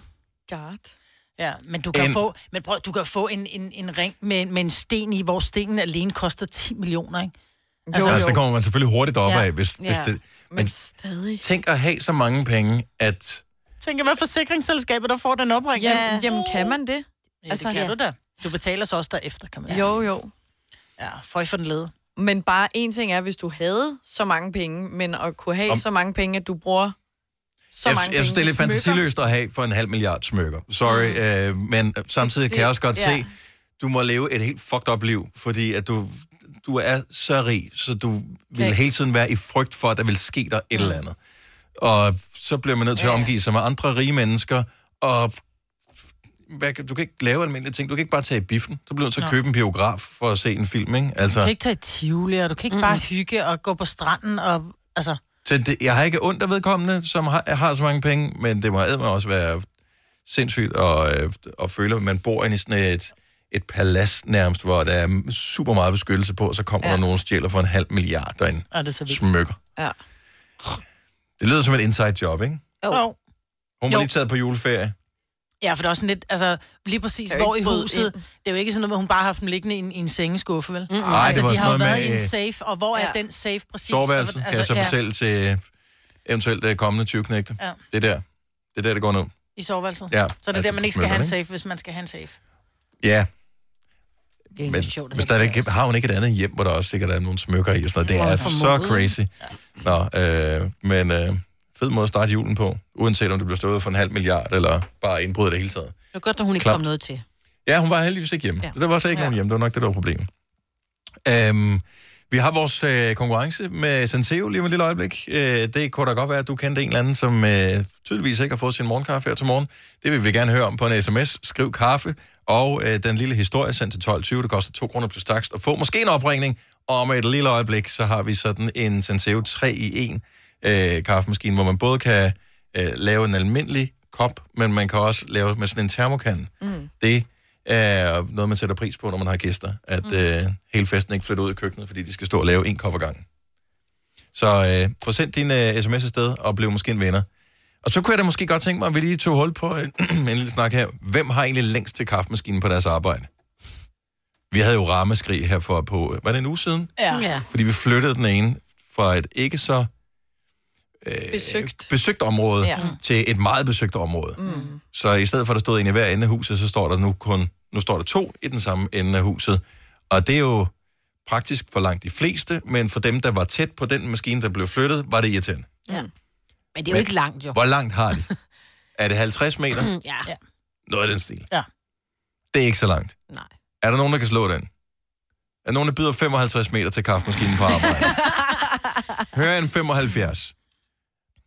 C: Altså,
B: Ja, men du kan
A: En-
B: en... få, men prøv, du kan få en, en, en ring med, med en sten i, hvor stenen alene koster 10 millioner, ikke?
A: Altså, altså, så kommer man selvfølgelig hurtigt op af,
B: Ja.
A: hvis, ja. hvis
B: Ja.
A: det...
B: Men
A: stadig. Tænk at have så mange penge, at...
B: Tænk, hvad forsikringsselskabet, der får den opring.
D: Ja. Uh. Jamen, jamen, kan man det?
B: Ja, altså, det kan ja. du da. Du betaler så også derefter, kan man sige.
D: Jo, jo.
B: Ja, for i for den lede.
D: Men bare en ting er, hvis du havde så mange penge, men at kunne have
A: Om-
D: Om... så mange penge, at du bruger så
A: jeg,
D: mange
A: jeg synes, det
D: penge
A: er lidt
D: i smykker.
A: fantasiløst at have for en halv milliard smykker. Sorry, mm. øh, men samtidig kan jeg også godt
D: ja.
A: ja. se, du må leve et helt fucked up liv, fordi at du, du er så rig, så du vil
F: Okay.
A: hele tiden være i frygt for, at der vil ske dig et eller andet. Og så bliver man nødt til at omgive sig med andre rige mennesker, og hvad, kan- du kan ikke lave almindelige ting. Du kan ikke bare tage i biffen. Så bliver du nødt til at
B: Nå.
A: købe en biograf for at se en film, ikke?
B: Du
A: Altså,
B: kan ikke tage i Tivoli, og du kan ikke mm. bare hygge og gå på stranden og... Altså,
A: så det, jeg har ikke ondt af vedkommende, som har, har så mange penge, men det må eddermame også være sindssygt at, øh, at føle, at man bor inde i sådan et, et palads nærmest, hvor der er super meget beskyttelse på, og så kommer ja. der nogen og stjæler for en halv milliard derinde.
B: er det så vildt?
A: Smykker.
D: Ja.
A: Det lyder som et inside job, ikke?
B: Jo. jo. Mm.
A: Hun var lige taget på juleferie.
B: Ja, for det er også sådan lidt, altså lige præcis,
D: Det er jo
B: hvor i
D: ikke bryde
B: huset,
D: ind.
B: det er jo ikke sådan noget med, at hun bare har haft dem liggende i en, i en sengeskuffe, vel? Mm-hmm.
A: Ej,
B: altså,
A: det var
B: de
A: sådan
B: har jo
A: noget
B: været i
A: med,
B: en
A: øh,
B: safe, og hvor ja. er den safe præcis?
A: Soveværelsen
B: Og-
A: kan jeg så
B: ja,
A: fortælle til eventuelt øh, kommende 20 knægte.
B: Ja.
A: Det er der. Det er der, det går ned.
B: I soveværelset?
A: Ja,
B: Så det er der,
A: altså,
B: man ikke skal
A: smykker,
B: have en
A: ikke?
B: safe, hvis man skal have en safe.
A: Ja,
B: Det er
A: men,
B: sjovt.
A: men stadigvæk har hun ikke et andet hjem, hvor der også sikkert er nogle smykker i og sådan
B: Hvor
A: noget. Det er
B: hun
A: så
B: formodet.
A: crazy. Nå, øh, men øh, fed måde at starte julen på, uanset om det bliver stået for en halv milliard eller bare indbrud i det hele taget.
C: Det var godt, at hun ikke
A: Klamt.
C: kom noget til.
A: Ja, hun var heldigvis ikke hjemme.
C: Ja.
A: Ja. Så der var slet ikke ja. nogen hjemme. Det var nok det, der var problemet. Øhm, vi har vores øh, konkurrence med Senseo lige om et lille øjeblik. Øh, det kunne da godt være, at du kendte en eller anden, som øh, tydeligvis ikke har fået sin morgenkaffe her til morgen. Det vil vi gerne høre om på en sms. Skriv kaffe og øh, den lille historie sendt til 12.20. Det koster 2 kroner plus takst. Og få måske en opringning. Og om et lille øjeblik, så har vi sådan en Senseo 3 i 1 øh, kaffemaskine, hvor man både kan øh, lave en almindelig kop, men man kan også lave med sådan en termokande. Mm. Det er noget, man sætter pris på, når man har gæster. At mm. øh, hele festen ikke flytter ud i køkkenet, fordi de skal stå og lave en kop ad gangen. Så øh, få sendt din øh, sms afsted, og blev måske en venner. Og så kunne jeg da måske godt tænke mig, at vi lige tog hul på øh, en lille snak her. Hvem har egentlig længst til kaffemaskinen på deres arbejde? Vi havde jo rammeskrig her for på, øh, var det en uge siden?
B: Ja. ja.
A: Fordi vi flyttede den ene fra et ikke så øh,
D: Besøgt.
A: besøgt område
D: Ja.
A: ja. til et meget besøgt område.
D: Mm.
A: Så i stedet for, at der stod en i hver ende af huset, så står der nu kun nu står der to i den samme ende af huset. Og det er jo praktisk for langt de fleste, men for dem, der var tæt på den maskine, der blev flyttet, var det irriterende.
C: Ja. Men det er jo ikke langt, jo.
D: Mm.
A: Hvor langt har de? er det 50 meter?
C: ja.
A: Noget af den stil.
B: Ja.
A: Det er ikke så langt. Nej. Er der nogen, der kan slå den? Er der nogen, der byder 55 meter til kaffemaskinen på arbejde? Hører en 75.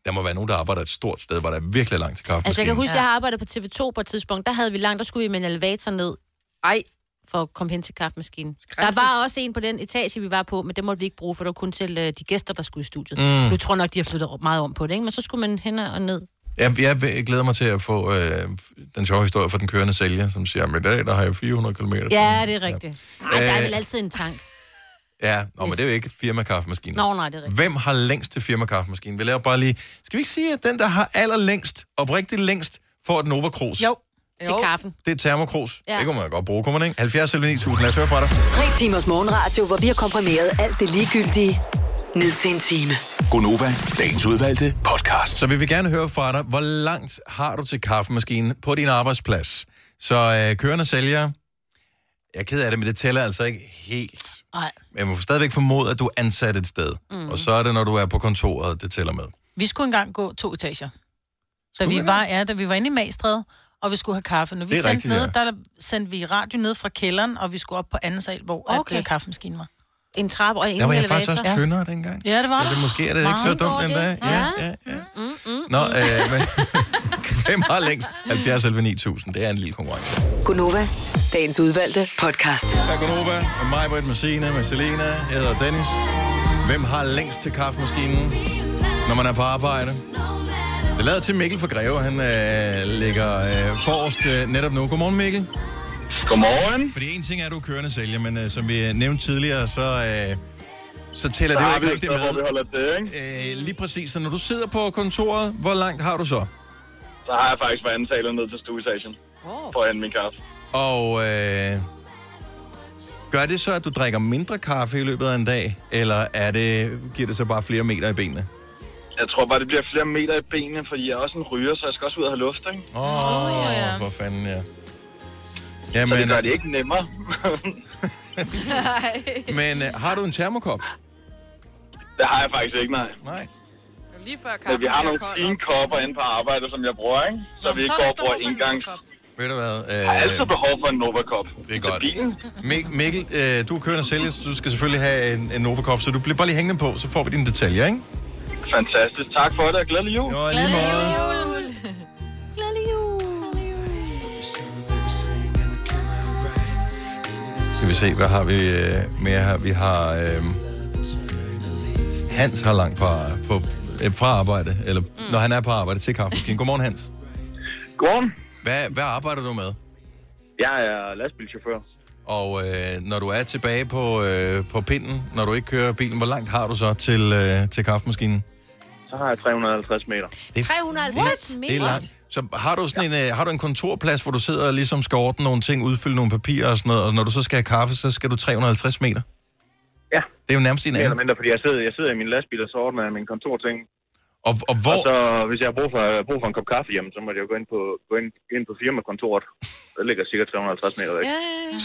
A: Der må være nogen, der arbejder et stort sted, hvor der er virkelig langt til kaffemaskinen.
C: Altså, jeg kan huske, jeg har arbejdet på TV2 på et tidspunkt. Der havde vi langt, der skulle vi med en elevator ned.
D: Ej.
C: For at komme hen til kaffemaskinen. Der var også en på den etage, vi var på, men det måtte vi ikke bruge, for det var kun til øh, de gæster, der skulle i studiet.
A: Mm.
C: Mm. Nu tror jeg nok, de har flyttet meget om på det, ikke? Men så skulle man hen og ned.
A: Jeg, jeg glæder mig til at få øh, den sjove historie fra den kørende sælger, som siger, at i dag der har jeg 400 km.
C: Ja, det er rigtigt. Ja. Ej, der er
A: Øh,
C: vel altid en tank.
A: Ja, nå, men det er jo ikke firmakaffemaskinen.
C: Nå, nej, det er rigtigt.
A: Hvem har længst til firmakaffemaskinen? Vi laver bare lige... Skal vi ikke sige, at den, der har allerlængst, oprigtigt længst, får et Nova Cruz? Jo.
C: Til kaffen.
A: Det er termokrus. Ja.
S: Ja.
A: Det kunne man godt bruge, kunne man ikke? 70 eller 9000, lad os høre fra dig.
S: Tre timers morgenradio, hvor vi har komprimeret alt det ligegyldige ned til en time.
A: Gonova, dagens udvalgte podcast. Så vi vil gerne høre fra dig, hvor langt har du til kaffemaskinen på din arbejdsplads? Så øh, kørende sælger, jeg er ked af det, men det tæller altså ikke helt.
B: Nej.
A: Men jeg må stadigvæk formode, at du er ansat et sted. Mm. Og så er det, når du er på kontoret, det tæller med.
B: Vi skulle engang gå to etager. Da
A: Skulle I
B: vi, var, ja, da vi var inde i Magstræde, og vi skulle have kaffe. Når vi
A: Det er
B: sendte
A: rigtigt,
B: ned,
A: ja.
B: der, der sendte vi radio ned fra kælderen, og vi skulle op på anden sal, hvor okay.
C: Okay.
B: at, øh, kaffemaskinen var.
C: En trappe og en
A: Der var jeg
C: elevator.
A: faktisk også tyndere ja. dengang.
B: Ja, det var
A: Så
B: der.
A: det, måske er det ikke
B: Meget
A: så dumt
B: godt,
A: den
B: det.
A: dag. Ja, ja, ja. Mm, mm, Nå, øh, men, hvem har længst? 70 eller 9000, det er en lille konkurrence.
S: Gunova, dagens udvalgte podcast.
A: Der er Gunova, med mig, Britt, med Signe, med Selena, jeg hedder Dennis. Hvem har længst til kaffemaskinen, når man er på arbejde? Det lader til Mikkel fra Greve, han øh, ligger øh, forrest øh, netop nu. Godmorgen Mikkel.
T: Godmorgen.
A: Fordi en ting er, at du er kørende sælger, men øh, som vi øh, nævnte tidligere, så, øh, så tæller det jo ikke rigtigt
T: Så vi
A: med.
T: holder til, ikke?
A: Øh, lige præcis, så når du sidder på kontoret, hvor langt har du så?
T: Så har jeg faktisk været anden salen ned til stuestation. For at hente min kaffe.
A: Og øh, gør det så, at du drikker mindre kaffe i løbet af en dag, eller er det, giver det så bare flere meter i benene?
T: Jeg tror bare, det bliver flere meter i benene, fordi jeg er også en ryger, så jeg skal også ud og have luft, ikke?
A: Åh, oh, oh, ja. for fanden, ja. øh,
T: Ja, men... Så
A: Jamen,
T: det gør det ikke nemmere.
A: men øh, har du en termokop?
T: det har jeg faktisk ikke, nej.
A: Nej.
D: Lige før
T: Men vi har
D: bliver
T: nogle
D: kold.
T: fine kopper inde på arbejde, som jeg bruger, ikke? Så
D: Nå,
T: vi
D: så
T: ikke
D: er der
T: går og
D: ikke
T: bruger
D: behov for en
T: engangs.
A: Ved du hvad? Øh,
T: Jeg har altid behov for en Nova-kop.
A: Det er godt.
T: bilen.
A: Mik- Mikkel, øh, du er kørende sælger, så du skal selvfølgelig have en, en Novakop, så du bliver bare lige hængende på, så får vi dine detaljer, ikke?
T: Fantastisk. Tak for det, og glædelig jul.
A: Jo, lige måde. Skal vi se, hvad har vi øh, mere her? Vi har... Øh, Hans har langt på, på, øh, fra arbejde, eller mm. når han er på arbejde til kaffemaskinen. Godmorgen, Hans.
T: Godmorgen.
A: Hvad, hvad arbejder du med?
T: Jeg er lastbilchauffør.
A: Og øh, når du er tilbage på, øh, på pinden, når du ikke kører bilen, hvor langt har du så til, øh, til kaffemaskinen?
T: Så har jeg 350 meter.
A: Det
C: 350 meter.
A: Det er langt. Så har du, sådan en, øh, har du en kontorplads, hvor du sidder og ligesom skal ordne nogle ting, udfylde nogle papirer og sådan noget, og når du så skal have kaffe, så skal du 350 meter?
T: Ja.
A: Det er jo nærmest din
T: Mere eller
A: anden.
T: mindre, fordi jeg sidder, jeg sidder i min lastbil og så ordner jeg min kontorting.
A: Og, og hvor...
T: Og så, hvis jeg har brug for, brug for en kop kaffe hjemme, så må jeg jo gå ind på, gå ind, ind på firmakontoret. Der ligger cirka 350 meter væk.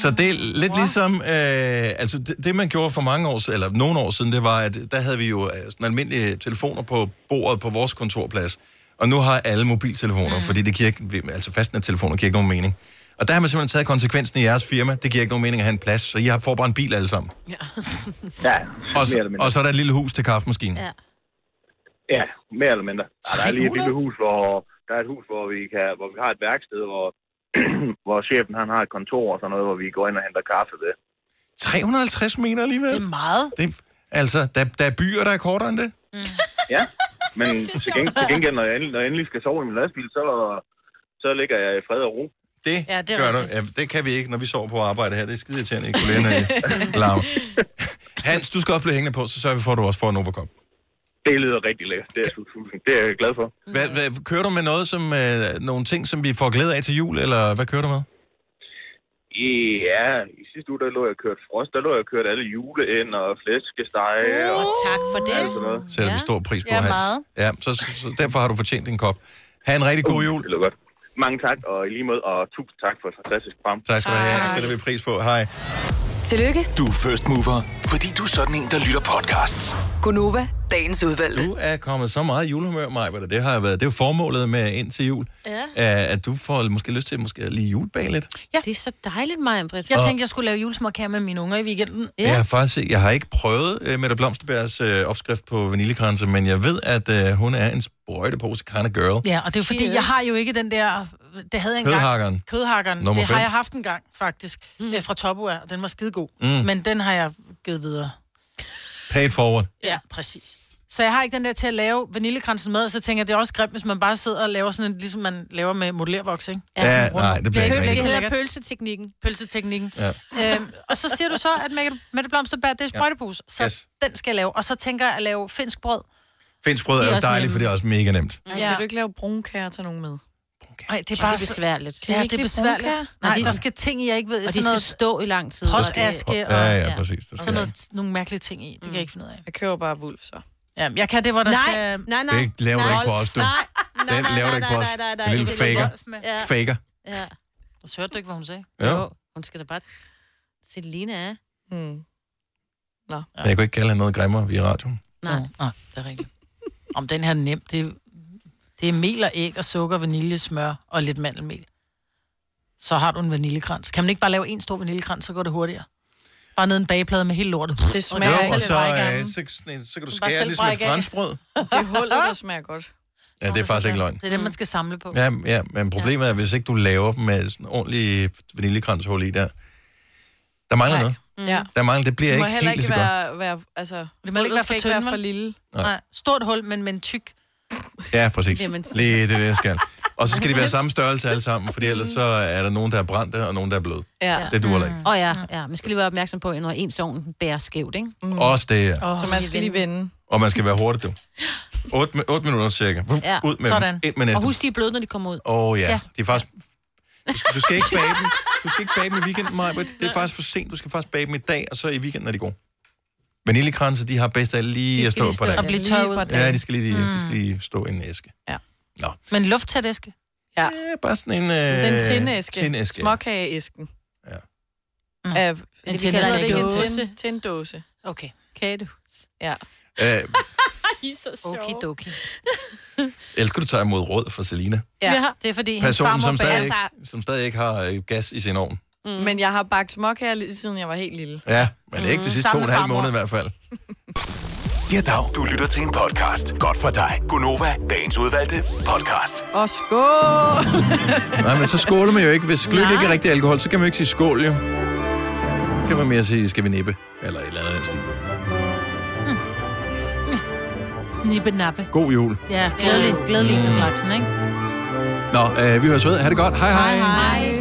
A: Så det er lidt ligesom, øh, altså det, det man gjorde for mange år siden, eller nogle år siden, det var, at der havde vi jo øh, sådan almindelige telefoner på bordet på vores kontorplads, og nu har alle mobiltelefoner, mm. fordi det giver ikke, altså fastnettelefoner giver ikke nogen mening. Og der har man simpelthen taget konsekvensen i jeres firma, det giver ikke nogen mening at have en plads, så I har får bare en bil alle sammen.
T: Ja,
A: Og,
T: mere
A: så,
T: eller mindre.
A: og så er der et lille hus til kaffemaskinen.
C: Ja.
T: Ja, mere eller mindre. Ja, der er lige et lille hus, hvor der er et hus, hvor vi, kan, hvor vi har et værksted, hvor, hvor chefen han har et kontor og sådan noget, hvor vi går ind og henter kaffe ved.
A: 350 meter alligevel? Det er
B: meget.
A: Det, altså, der, der er byer, der er kortere end det.
T: Ja, men til gengæld, til gengæld når, jeg endelig, når jeg endelig skal sove i min lastbil, så, så ligger jeg i fred og ro.
A: Det,
T: Ja,
A: ja,
T: det er
A: det gør du.
T: rigtigt.
A: Ja, det kan vi ikke, når vi sover på arbejde her. Det er skide irriterende, ikke kollegerne larmer. Hans, du skal også blive hængende på, så sørger vi for, at du også får en Oberkop.
T: Det lyder rigtig lækkert. Det er, jeg- det er jeg glad for.
A: Hvad, hvad, kører du med noget som, øh, nogle ting, som vi får glæde af til jul, eller hvad kører du med?
T: Ja, i sidste uge, der lå jeg og kørte frost. Der lå jeg og kørte alle juleænd og flæskesteg. og
C: Og tak for det.
T: alt sådan noget.
A: Sætter ja. vi stor pris på,
T: Ja,
A: Hans.
T: meget.
A: Ja, så, så, så derfor har du fortjent din kop. Ha' en rigtig
L: Uh.
A: god jul.
T: Det lyder godt. Mange tak, og i lige måde, og tusind tak for et fantastisk program.
A: Tak skal du have. Det sætter vi pris på. Hej.
S: Tillykke,
F: Du er first mover, fordi du er sådan en, der lytter podcasts.
S: Gunova, dagens udvalgte.
A: Du er kommet så meget i julehumør, Maja, det har været. Det er jo formålet med ind til jul.
C: Ja.
A: At at du får måske lyst til måske at lige julebage lidt.
B: Ja.
C: Det er så dejligt, Maja Britt.
A: Jeg
B: Jeg
A: Og- tænkte,
B: tænkte, jeg skulle lave julesmåkager med mine unger i weekenden.
A: Ja. Jeg har faktisk ikke- jeg har ikke prøvet uh, Mette Blomsterbergs uh, opskrift på vaniljekranse, men jeg ved, at uh, hun er en sprøjtepose kind of girl.
B: Ja, og det er jo fordi,
C: Cheers.
B: jeg har jo ikke den der... Det havde jeg engang.
A: Kødhakkeren.
B: Kødhakkeren.
A: Nummer
B: det har
A: fem.
B: jeg haft en gang, faktisk, mm. fra Topua, og den var skidegod.
A: Mm.
B: Mm. Men den har jeg givet videre.
A: Pay it forward.
B: Ja, præcis. Så jeg har ikke den der til at lave vaniljekransen med, og så tænker jeg, det er også grimt, hvis man bare sidder og laver sådan en, ligesom man laver med modellervoks, ikke?
A: Ja, Ja, nej, det bliver ikke rigtig
B: Det
A: godt.
B: hedder pølseteknikken. Pølseteknikken.
A: Ja.
B: Øhm, og så siger du så, at Mette- Mette Blomsterbær, det er
A: Ja.
B: sprøjtepose, så
A: Yes.
B: den skal jeg lave. Og så tænker jeg at lave finsk brød.
A: Finsk brød
B: Det
A: er
B: er
A: jo
B: også
A: dejligt,
B: nemme.
A: for det er også mega nemt.
D: Ej, ja. Kan du ikke lave brunkager til nogen med?
B: Nej, det
D: Kan
B: er bare
D: det
B: så-
D: besværligt? Kan I
B: Ja,
D: ikke
B: det er
D: lide
B: besværligt.
D: brunkager?
B: Nej,
D: Nej.
B: der skal ting, jeg ikke ved.
D: Og de
B: Sådan
D: skal
B: noget
C: stå i lang tid.
B: Postaske og...
A: Ja, ja, præcis. Det
B: Sådan
A: skal jeg.
B: noget, nogle mærkelige ting i. Det kan jeg ikke finde ud af.
D: Jeg kører bare Wulf, så.
B: Jamen, jeg kan det, hvor der
C: Nej,
B: skal...
C: nej, nej.
A: Det laver du
B: Nej.
A: ikke på os, du.
B: Nej, nej,
A: Den
B: nej,
A: laver du
B: nej,
A: ikke på
B: nej,
A: os.
B: nej, nej,
A: En lille
B: det er
A: faker.
B: Wolf med.
C: Ja.
A: Faker.
C: Ja.
B: Og så hørte du ikke, hvad hun sagde?
A: Jo.
C: Jo. Hun skal da bare se Lina af.
D: Mm. Nå.
A: Men Jeg kunne ikke kalde hende noget grimmere via radioen.
C: Nej.
B: nej, det er rigtigt. Om den her er nem, det er, det er mel og æg og sukker, vanilje, smør og lidt mandelmel. Så har du en vaniljekrans. Kan man ikke bare lave en stor vaniljekrans, så går det hurtigere? Bare ned i en bageplade med hele lortet. Det
A: Jo, og så, øh, så, sådan en- så kan du skære ligesom et franskbrød.
D: Det er hullet, der smager godt.
A: Ja, det er faktisk ikke løgn.
B: Det er det, man skal samle på.
A: Ja, ja, men problemet er, hvis ikke du laver dem med sådan en ordentlig vaniljekranshul i der, der mangler noget.
D: Ja.
A: Der mangler, det bliver
D: Det må
A: ikke
D: heller
A: helt lige
D: ikke
A: så
D: være,
A: godt.
D: være, altså,
B: Det må ikke være for
D: skal ikke være
B: tynd,
D: for
B: vel?
D: lille.
A: Nej.
B: Nej. Stort hul, men med en tyk.
A: Ja, præcis.
B: Det, man siger.
A: Lige det, er det, jeg skal. Og så skal de være samme størrelse alle sammen, for ellers så er der nogen, der er brændte, og nogen, der er bløde.
C: Ja.
A: Det duer ikke.
C: Åh oh, ja, ja. Man skal lige være opmærksom på, at når ens ovn bærer skævt, ikke?
D: Mm.
A: Også det, ja.
D: Så man skal lige vende.
A: Og man skal være hurtig, du. 8, 8 minutter cirka. Vup,
C: Ja.
A: Ud med
C: Sådan.
A: Dem. Ind med næste.
C: Og husk, de er bløde, når de kommer ud.
A: Åh oh, ja.
C: Ja.
A: ja, det er faktisk... Du skal, du skal ikke bage dem. Du skal ikke bage dem i weekenden, Maja. Det er faktisk for sent. Du skal faktisk bage dem i dag, og så i weekenden er de gode. Vaniljekranse, de har bedst af lige at stå på dag.
B: Og blive tørret ud.
A: Ja, de skal lige, de skal lige stå i en æske.
D: Ja.
A: Nå.
B: Men lufttæt æske.
D: Ja.
A: ja, bare sådan en... Øh,
D: Sådan en tændæske.
A: Tændæske, ja.
D: Småkageæsken.
A: Ja.
B: Mm.
D: Af,
B: En
D: en
B: tændæske.
D: tændæske.
B: Dåse.
D: En tænddåse.
B: Okay.
D: Kagedåse. Ja.
A: Øh,
C: I er så sjove.
B: Okidoki.
A: elsker du tager imod råd fra Selina?
B: Ja, det er fordi, hans
A: Personen,
B: farmor
A: som
B: bærer
A: stadig,
B: sig.
A: ikke, som stadig ikke har øh, gas i sin ovn.
D: Mm. Men jeg har bagt småkager lige siden jeg var helt lille.
A: Ja, men det er ikke de
D: Mm,
A: sidste to og en
D: samme
A: halv
D: farmor.
A: måned i hvert fald.
F: Ja, dag. Du lytter til en podcast. Godt for dig. Gunova, dagens udvalgte podcast.
D: Og skål!
A: Nej, men så skåler man jo ikke. Hvis gløgg
D: Nej.
A: ikke er rigtig alkohol, så kan man jo ikke sige skål, jo. Så kan man mere sige, skal vi nippe? Eller et eller andet i den stil.
B: Nippe nappe.
A: God jul.
B: Ja, glædelig, glædelig mm. slagsen, ikke?
A: Nå, øh, vi høres ved. Ha' det godt. Hej hej. hej.
B: Hej.